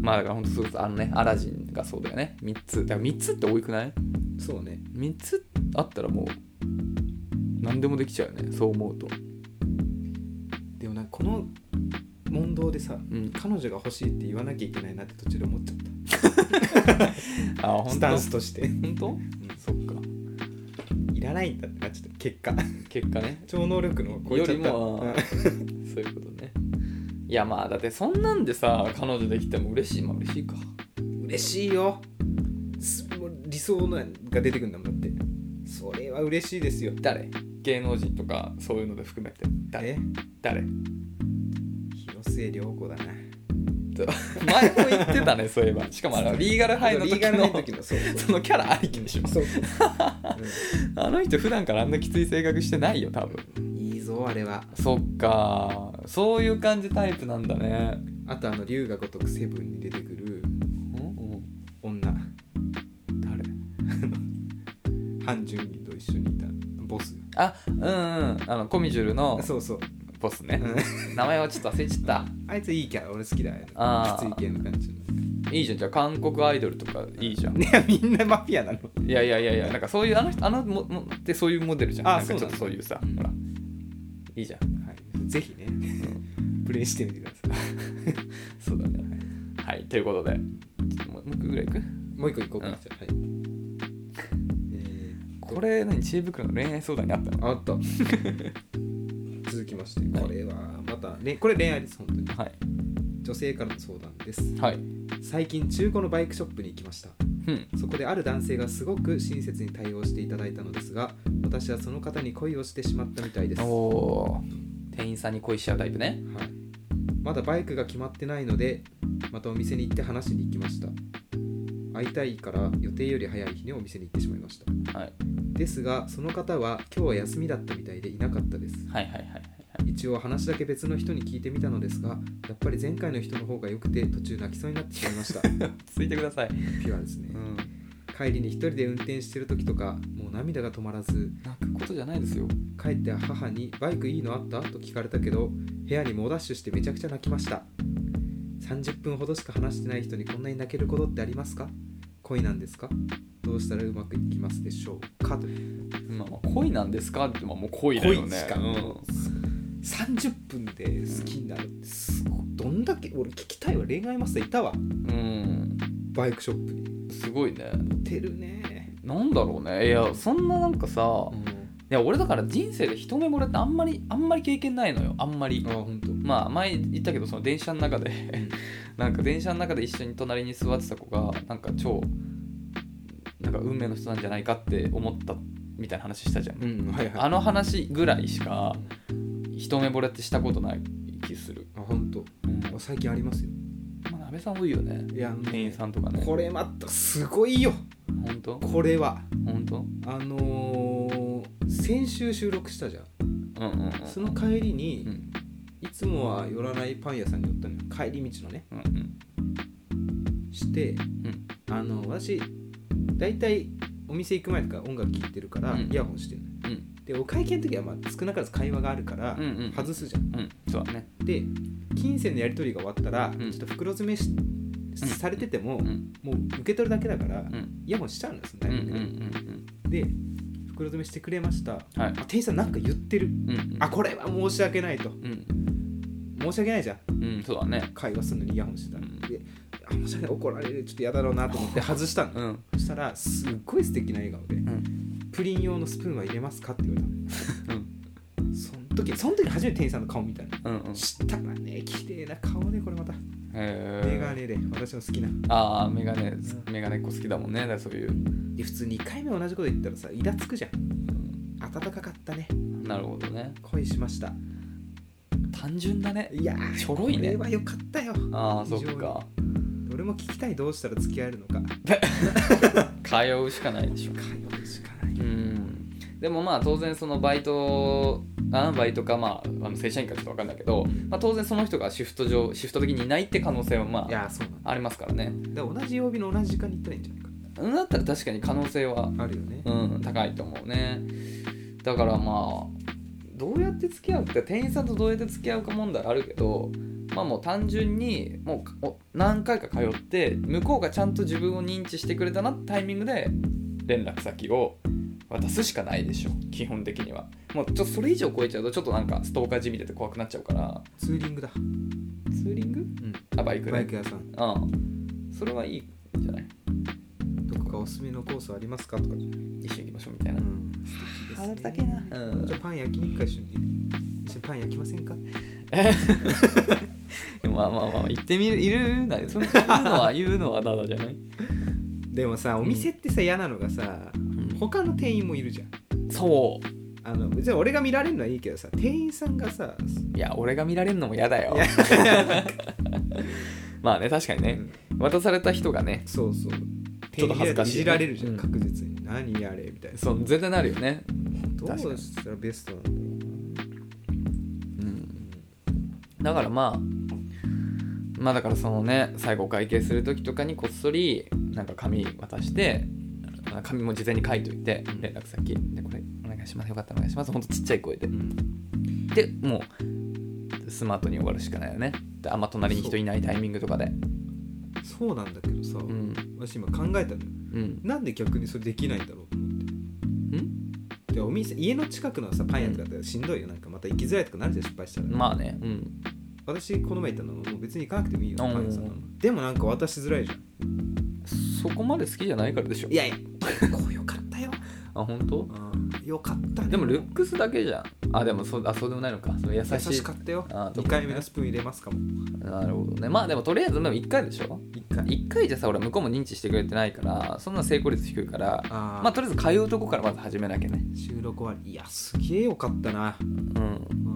まあだからほんとそうですあのねアラジンがそうだよね3つだから3つって多くない
そうね
?3 つあったらもう何でもできちゃうよねそう思うと
でもなんかこの問答でさ、
ん
彼女が欲しいって言わなきゃいけないなって途中で思っちゃっ
あ
た
本
スタンスとして
本当そっか
いらないんだってなっちゃった結果
結果ね
超能力の超えちゃった
よりも
うん
そういうことねいやまあだってそんなんでさ彼女できても嬉しいまあ嬉しいか
嬉しいよすもう理想のが出てくるんだもんだってそれは嬉しいですよ
誰芸能人とかそういうので含めて誰
え
誰
広末涼子だな
と前も言ってたねそういえばしかもあのリーガルハイの
リー
時
ガル
の
の時のそうそう
そのキャラありきでしょ
そう
あの人普段からあんなきつい性格してないよ多分
うんいいぞあれは
そっかそういう感じタイプなんだね
あとあの龍が如くセブンに出てくる
うん
女
誰
半純銀と一緒にいたボス
あうんうんあのコミジュルの
そうそう、
ボスね
うん
名前はちょっと忘れちゃった
あいついいキャラ俺好きだよ
あ
き
ー
つい系の感じ
いいじゃんじゃあ韓国アイドルとかいいじゃん
いやみんなマフィアなの
いやいやいやいやなんかそういうあの人あのももってそういうモデルじゃん
あ
なんかちょっと
そ
そうう
なんだ
いうさ
うん
ほらいいじゃん
はい、ぜひね、プレイしてみてください
そうだねはいということでちょっともうもう一個ぐらいいく
もう一個行こうか、
うん
じゃあ
これ何知恵袋の恋愛相談にあったの
はいあった 続きましてこれはまた、ね、これ恋愛です本当に
はい
女性からの相談です
はい
最近中古のバイクショップに行きました
うん
そこである男性がすごく親切に対応していただいたのですが私はその方に恋をしてしまったみたいです、
お
は
お店員さんに恋しちゃうタイプね
い、まだバイクが決まってないのでまたお店に行って話しに行きました会いたいから予定より早い日にお店に行ってしまいました
はい
ですがその方は今日は休みだったみたいでいなかったです
はいはいはいはい
一応話だけ別の人に聞いてみたのですがやっぱり前回の人の方が良くて途中泣きそうになってしまいましたピ
はいついてください、
ュアです ね
うん、
帰りに一人で運転してる時とかもう涙が止まらず
泣くことじゃないですよ
帰って母に「バイクいいのあった?」と聞かれたけど部屋に猛ダッシュしてめちゃくちゃ泣きました30分ほどしか話してない人にこんなに泣けることってありますか恋なんですかどうしたらうまくいきますでしょうかという
まあ、まあ恋なんですかってまあもう恋だよね
恋しかうん30分で好きになるってすごいどんだけ俺聞きたいわ恋愛マスターいたわ
うん、
バイクショップに
うん、すごいね
似てるね
なんだろうねいやそんななんかさ、いや俺だから人生で一目惚れってあんまりあんまり経験ないのよあんまり
ああほんと
まあ前言ったけどその電車の中で なんか電車の中で一緒に隣に座ってた子がなんか超なんか運命の人なんじゃないかって思ったみたいな話したじゃん、
うんうんはいはい
あの話ぐらいしか
うん
一目惚れってしたことない気する、
あほんと
ま
あ最近ありますよ
あ、なべさん多いよね
いやあのね
店員さんとかね
これまたすごいよ
本当
これは
本当
あのー先週収録したじゃん、
うんうんうん
その帰り
う
に
ん
いつもは寄らないパン屋さんに寄ったのよ帰り道のね
うんうん
して
うん
あの私大体お店行く前とか音楽聴いてるから
うん
イヤホンしてるのよ、
うん
でお会計の時はまあ少なからず会話があるから
うんうん
外すじゃん、
うんそうだね
で金銭のやり取りが終わったら、
ん
ちょっと袋詰めしされてても、
うん
もう受け取るだけだから、
うん
イヤホンしちゃうのよその
うん
タ
う
イ
ん
ミングで、で袋詰めしてくれました、
うんはい
あ店員さんなんか言ってる
うんうん
あこれは申し訳ないと
うん
申し訳ないじゃん
うんそうだね
会話するのにイヤホンしてたら、
うん
であ申し訳ない怒られるちょっと嫌だろうなと思って外したの、
うん
そしたらすっごい素敵な笑顔で、プリン用のスプーンは入れますか?」って言われたの
うん
その時その時初めて店員さんの顔見たの
うんうん
したらね綺麗な顔でこれまた
へ
メガ
ー
ネで私の好きな
ああメガネメガネっ子好きだもんねだからそういう
で普通2回目同じこと言ったらさイラつくじゃん
うん
暖かかったね
なるほどね
恋しました
単純だね
いやー
ちょろいね
これは良かったよ
ああそ
非
っ
常に
か
俺も聞きたいどうしたら付き合えるのか
通うしかないでしょ
通うしかない
うんでもまあ当然そのバイトあバイトかまああの正社員かちょっと分かんないけど、まあ、当然その人がシフト上シフト的にいないって可能性はま
い
あ
やーそうなんだ
ありますからね
だから同じ曜日の同じ時間に行ったらいいんじゃないか
だったら確かに可能性は、
あるよね
うん、高いと思うねだからまあどうやって付き合うって店員さんとどうやって付き合うか問題あるけどまあもう単純にもうお何回か通って向こうがちゃんと自分を認知してくれたなってタイミングで連絡先を渡すしかないでしょ基本的にはもうちょっとそれ以上超えちゃうとちょっとなんかストーカーじみてて怖くなっちゃうから
ツーリングだ、
ツーリングあバイクで
バイク屋さん
うんそれはいいんじゃない
どこかおすすめのコースありますかとか
一緒に行きましょうみたいな
うん素敵ですね
うん
じゃあパン焼き肉か一緒に一緒にパン焼きませんか
まあまあまあ言ってみるいるなそれ言うのは言うのはだだじゃない
でもさお店ってさ嫌なのがさ、
ん
他の店員もいるじゃん
そ
あの別に俺が見られるのはいいけどさ店員さんがさ
ういや俺が見られるのも嫌だよ
いや
まあね確かにね渡された人がね
そうそう
ちょっと恥ずかし
店員に
いね
られるじゃん、
うん
確実に何やれみたいな
そう絶対なるよね確か
どう
に
したらベストなんだろ
うんだからまあまあだからそのね最後お会計する時とかにこっそりなんか紙渡してあ紙も事前に書いといて
うん
連絡先でこれお願いしますよかったらお願いしますほんとちっちゃい声で
う、
でもうスマートに終わるしかないよねであんま隣に人いないタイミングとかで
そうなんだけどさ、
うん
私今考えたのよ
うん
なんで逆にそれできないんだろうと思っ
ん
てでお店家の近くのさパン屋とかだったらしんどいよなんかまた行きづらいとかなるじゃん失敗したら、
まあねうん
私この前言ったのもう別に行かなくてもいいよ
うん
パン屋さんなのでもなんか渡しづらいじゃん
そこまで好きじゃないからでしょ
いやいやこうよかったよ
あ本当
うんよかったね
でもルックスだけじゃんあでもそうあそうでもないのかそう優しい
優しかったよ
あど
2
こね
回目のスプーン入れますかも
なるほどねまあでもとりあえずでも1回でしょ
1回
1回じゃさ俺向こうも認知してくれてないからそんな成功率低いから
あー
まあとりあえず通うとこからまず始めなきゃね
収録終わりいやすげえよかったな、
うん
うん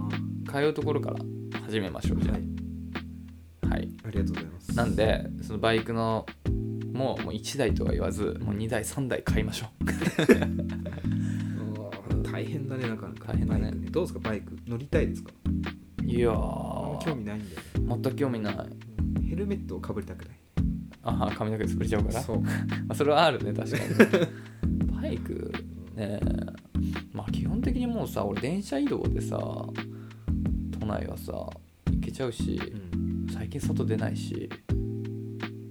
は
通うところから始めましょうじゃ
い
あはい
ありがとうございます
なんでそのバイクのもうもう1台とは言わずもう2台3台買いましょう
うん大変だねなかなか
大変だね
バイクどうですかバイク乗りたいですか
いや
あんま
ー
興味ないんだよね
全く興味ない
ヘルメットをかぶりたくない
ああ髪の毛潰れちゃうから
そう
まあ、それはあるね確かに バイクねまあ基本的にもうさ俺電車移動でさ都内はさ行けちゃうし
うん
最近外出ないし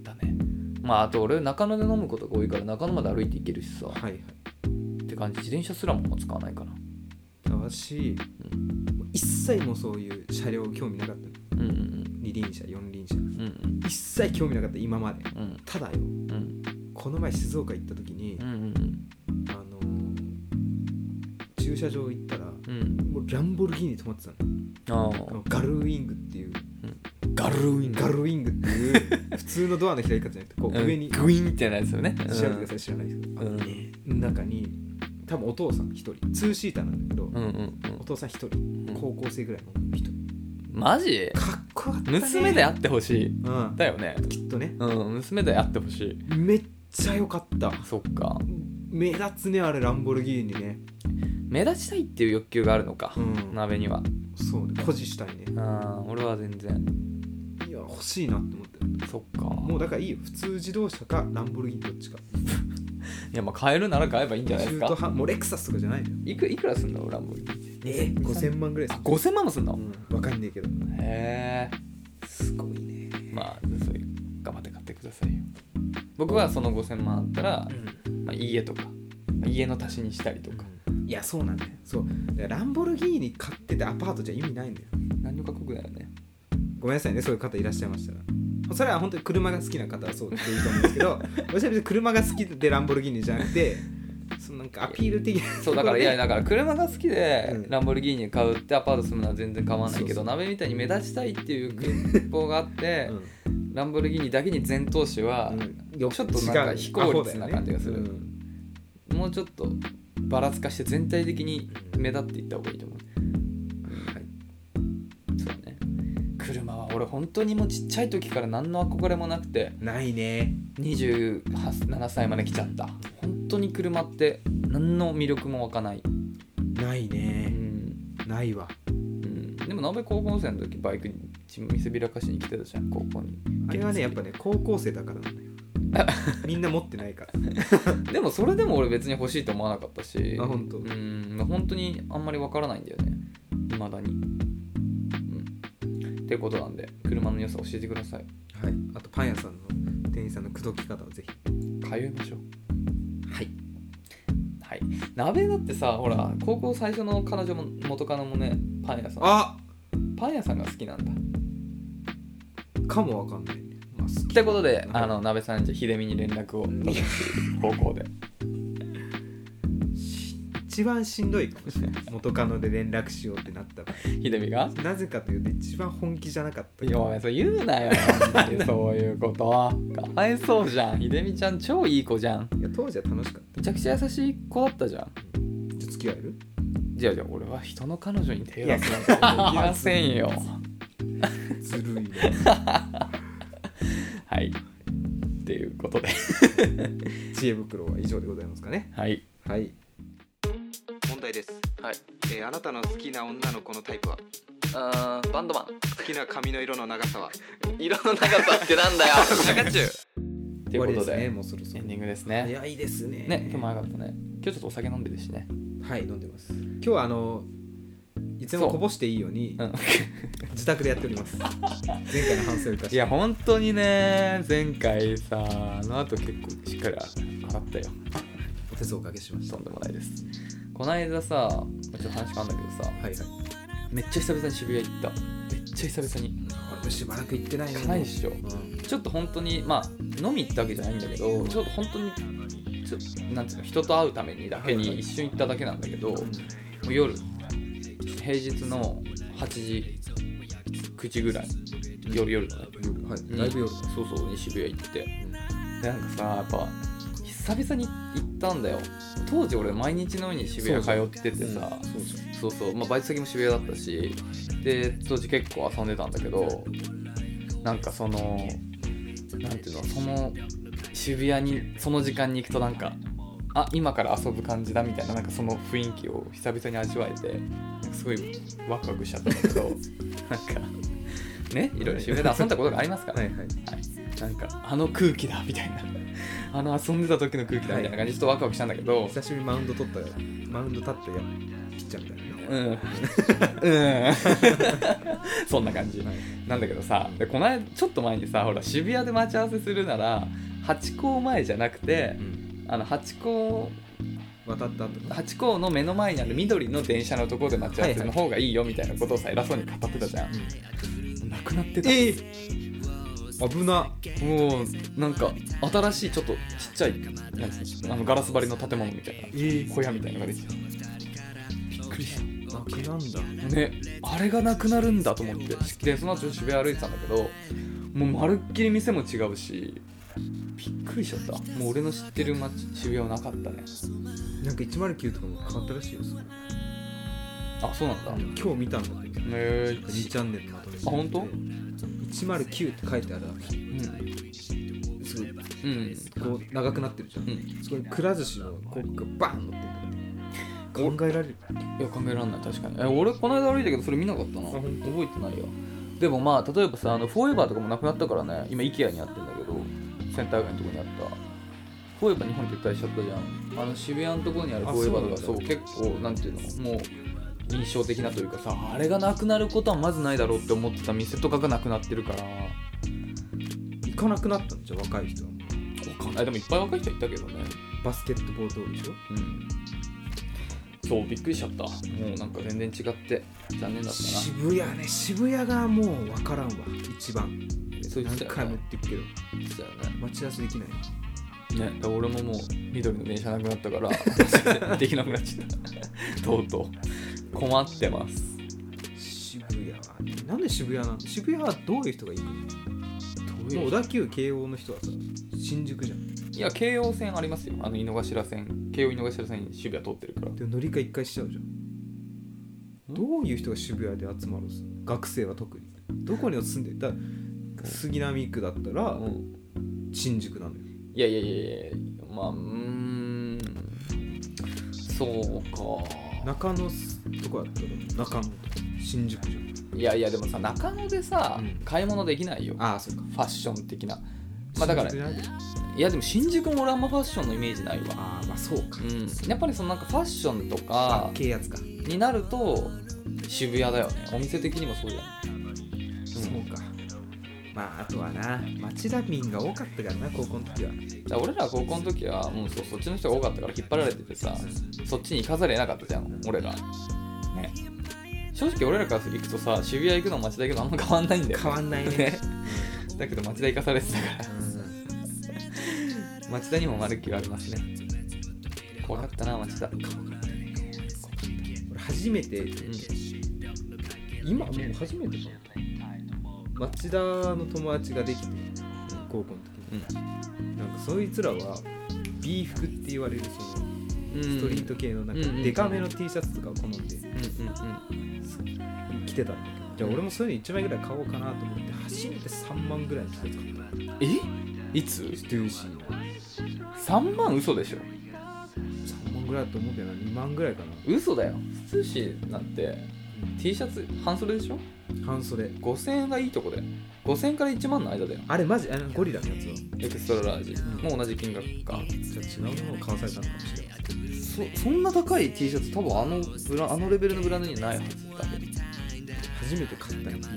だねまああと俺中野で飲むことが多いから中野まで歩いて行けるしさ
はいはい
って感じ自転車すらも使わないから
私一切もうそういう車両興味なかった
うんうん
二輪車四輪車
うんうん
一切興味なかった今まで
うん
ただよ
うん
この前静岡行った時に
うんう、ん
あのー駐車場行ったら
うんうん
もうランボルギーニ止まってたの
あ
あ
あ
のガルウィングっていう
ガルウィン
ガルウィングって いう普通のドアの開き方じゃなくてこう上に
うんグインってなやつよね
調べてください知らないですけどあのね中に多分お父さん一人ツーシーターなんだけど、
うんうんうん
お父さん一人
うん
高校生ぐらいの女の人
マジ
かっこよかった、ね、
娘であってほしい
うん
だよね
きっとね
うん娘であってほしい
めっちゃ良かった
そっか
目立つねあれランボルギーニね
目立ちたいっていう欲求があるのか、
うん
鍋には
そうね誇示したいね
あー俺は全然
いや欲しいなって思ってる
そっか
もうだからいいよ普通自動車かランボルギーニどっちか
いやまあ買えるなら買えばいいんじゃないで
中
す
途
か
半もうレクサスとかじゃないのよ
いくいくらすんのランボルギーニ
え5000万ぐらいで
あ
す
5000万もすんの、
うん、わかんねえけど
へえ
すごいね
まあそういう頑張って買ってくださいよ僕はその5000万あったら、まあ、家とかまあ家の足しにしたりとか、
いやそうなんだよそうだからランボルギーニ買っててアパートじゃ意味ないんだよ
何もかっこよくないよね
ごめんなさいねそういう方いらっしゃいましたらそれは本当に車が好きな方はそうでいいと思うんですけ ど私は別に車が好きでランボルギーニじゃなくてそのなんかアピール的な
そうだからいや
な
だから車が好きで
うん
ランボルギーニ買うってアパート住むのは全然構わない
そ
け
うそ
ど
う
鍋みたいに目立ちたいっていう願望があってランボルギーニだけに全投資は
よ
ちょっとなんか非効率な感じがする
違うアホだよねうん
もうちょっとばらつかして全体的に目立っていった方がいいと思うそうね車は俺本当にもうちっちゃい時から何の憧れもなくて
ないね
27歳まで来ちゃった本当に車って何の魅力も湧かない、
ないねないわ
うん、でも鍋高校生の時バイクに見せびらかしに来てたじゃん高校に
あれはねやっぱね高校生だからなんだ よみんな持ってないから
でもそれでも俺別に欲しいと思わなかったし
あ本当
うん本当にあんまりわからないんだよね未だにうんってことなんで車の良さ教えてください
はい、あとパン屋さんの店員さんの口説き方をぜひ
通いましょう
はい
はい鍋だってさほら高校最初の彼女も元カノもねパン屋さん
あ
パン屋さんが好きなんだ
かもわかんないね、まあ、好
ってことで
はい
あの鍋さんじゃ秀美に連絡を取る方向で
き一番しんどいかもしれない元カノで連絡しようってなったら
秀美が
なぜかというと一番本気じゃなかった
いやお前それ言うなよあんまりそういうことかわいそうじゃん秀美ちゃん超いい子じゃん
いや当時は楽しかっ
めちゃくちゃ優しい子だったじゃん
たじゃあ付き合える
じゃあじゃあ俺は人の彼女に手
いや
出すなんてできませんよ
ずるいね
はいっていうことで
知恵袋は以上でございますかね
はい
はい問題です、
はい
えーあなたの好きな女の子のタイプは
あーバンドマン
好きな髪の色の長 さは
色の長さってなんだよ中中とい
終
う
わ
こ
りで
と
す
で
ねもうそろそ
エ
ろ
ンディングですね
早いですね
ね今日も早かったね今日ちょっとお酒飲んでるしね
はい飲んでます今日はあのいつでもこぼしていいように
うん
自宅でやっております前回の反省を生かし
い
て
や本当にね前回さあの後結構しっかり洗ったよ
お手数おかけしました
とんでもないですこないださちょっと話変わんだけどさ
はいはい
めっちゃ久々に渋谷行っためっちゃ久々に
しばらく行ってないね
辛いっしょ
うん
ちょっと本当にまあ飲み行ったわけじゃないんだけどちょっと本当にちょなんていうの人と会うためにだけに一瞬行っただけなんだけどもう夜平日の8時9時ぐらい夜夜のね
はいだいぶ夜
そうそうに渋谷行ってでなんかさやっぱ久々に行ったんだよ当時俺毎日のように渋谷通っててさ
そうそう
そうそう、まあ、バイト先も渋谷だったしで当時結構遊んでたんだけどなんかそのなんていうのその渋谷にその時間に行くとなんかあ今から遊ぶ感じだみたいななんかその雰囲気を久々に味わえてなんかすごいワクワクしちゃったんだけどなんかねいろいろ渋谷で遊んだことがありますから、
はいはい
なんかあの空気だみたいなあの遊んでた時の空気だみたいな感じでちょっとワクワクしたんだけど、
久しぶりにマウンド取ったからマウンド立ってやピッチャーみたいなね
うんうん そんな感じなんだけどさでこの間ちょっと前にさほら渋谷で待ち合わせするならハチ公前じゃなくてあのハチ公
渡った後
ハチ公の目の前にある緑の電車のところで待ち合わせの方がいいよみたいなことをさ偉そうに語ってたじゃん、なくなってた
え危な
もうなんか新しいちょっとちっちゃいなんつうのあのガラス張りの建物みたい
えー
な小屋みたいなのができたびっくりした
なくなんだ
ねあれがなくなるんだと思ってでその後渋谷歩いてたんだけどもうまるっきり店も違うしびっくりしちゃったもう俺の知ってる街渋谷はなかったね
なんか109とかも変わったらしいよそれ
あそうなんだへ
今日見たんだけど
え
2チャンネルのまとめて
あ本当
109って書いてあるすごい
うんうん
こう長くなってるじゃん、
うん
そこにくら寿司の広告がバーン乗ってる考えられる
いや考えらんない確かにえ俺この間歩いたけどそれ見なかったな
ほ
覚
んと
えてないよでもまあ例えばさあのフォーエバーとかもなくなったからね今 IKEA にあってんだけどセンター街のとこにあったフォーエバー日本撤退しちゃったじゃんあの渋谷のとこにあるフォーエバーとか
あ
そ
そうう
結構なんていうのもう印象的なというかさあれがなくなることはまずないだろうって思ってた店とかがなくなってるから
行かなくなったんじゃん若い人は
わかんないでもいっぱい若い人いたけどね
バスケットボール通りでしょ
うんそうびっくりしちゃったもうなんか全然違って残念だったな
渋谷ね渋谷がもう分からんわ一番
そう言っ
何
てた
回
よ
も
ね
言ってるけど
言ってたよね
待ち合わせできない
ね、俺ももう緑の電車なくなったから できなくなっちゃったとうとう困ってます
渋谷はなんで渋谷なの渋谷はどういう人がいるの
どうい
小
う
田急慶応の人はさ新宿じゃん
いや京王線ありますよあの井の頭線京王井の頭線に渋谷通ってるから
でも乗り換え一回しちゃうじゃんどういう人が渋谷で集まるんですか学生は特にどこに住んでだから杉並区だったら
うん
新宿なのよ
いやいやいやいやまあうーんそうか
中野とかだったら中野とか新宿じ
いやいやでもさ中野でさ、
うん
買い物できないよ
ゃんああそうか
ファッション的なまあだから
新宿じゃない
いやでも新宿も俺あんまファッションのイメージないわ
ああまあそうか
うんやっぱりそのなんかファッションと
あ
か
っけえやつか
になると渋谷だよねお店的にもそうじゃん
そうかまああとはな町田民が多かったからな高校の時は
だから俺ら高校の時はもうそそっちの人が多かったから引っ張られててさそっちに行かざるを得なかったじゃん俺らね正直俺らから行くとさ渋谷行くのも町田行くのあんま変わんないんだよね
変わんないね
ねだけど町田行かされてたから 町田にも丸っきりありますね怖かったな町田
俺初めて
う
今もう初めてかな町田の友達ができて高校の時に
ん
なんかそいつらはビーフクって言われるその
うん
ストリート系のなんか
うんうん
デカめの T シャツとかを好んで
うんうんうん
着てたんだけどじゃあ俺もそういうの1枚ぐらい買おうかなと思って初めて3万ぐらいの T シャツ買った
えいつ
ストゥーシーの
3万嘘でしょ
3万ぐらいだと思うけどな2万ぐらいかな、
嘘だよスーシーなんて T シャツ半袖でしょ
半袖
5000円がいいとこで5000円から1万の間だよ
あれマジあのゴリラのやつは
エクストララージもう同じ金額か
じゃあ違うものを買わされたのかもしれない
そそんな高い T シャツ多分あのブラあのレベルのブランドにないはずだけ
初めて買ったよ
ど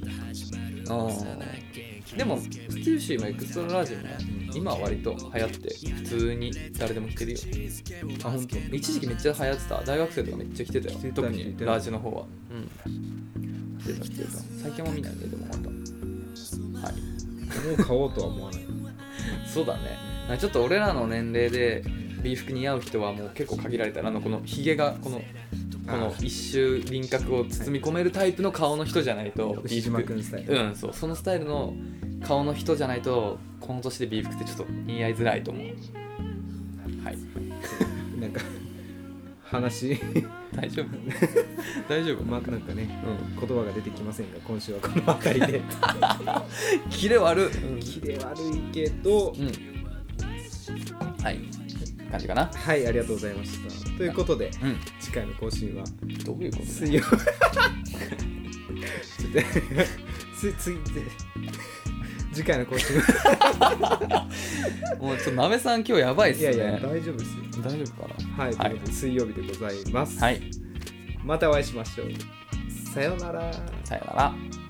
あーでもステューシーもエクストララージもね今は割と流行って普通に誰でも着てるよ
あ本当。
一時期めっちゃ流行ってた大学生とかめっちゃ着てたよ
着てた
特
着
に
てた
ラージの方はうん着てた着てた最近も見ないねでもまた
もう買おうとは思わない
そうだねなんかちょっと俺らの年齢で美服似合う人はもう結構限られたなあのこのひげがこのこの一周輪郭を包み込めるタイプの顔の人じゃないと
牛島君スタイル、
うんそうそのスタイルの顔の人じゃないとこの年で美服ってちょっと似合いづらいと思うはい
なんか話
大 丈夫大丈夫
まあなんかね
うん
言葉が出てきませんが今週はこの辺 りで
キレ悪
キレ悪いけど、
うんはい感じかな
はいありがとうございましたということで
うん
次回の更新は
どういうこと
水曜ちょっとつ次次回の更新は
もうちょっとなべさん今日やばいっす
い
ね
やいや大丈夫ですよ
大丈夫か
はい、
は
とい
い
うことで水曜日でございます、
なはい
またお会いしましょうさようなら
さよなら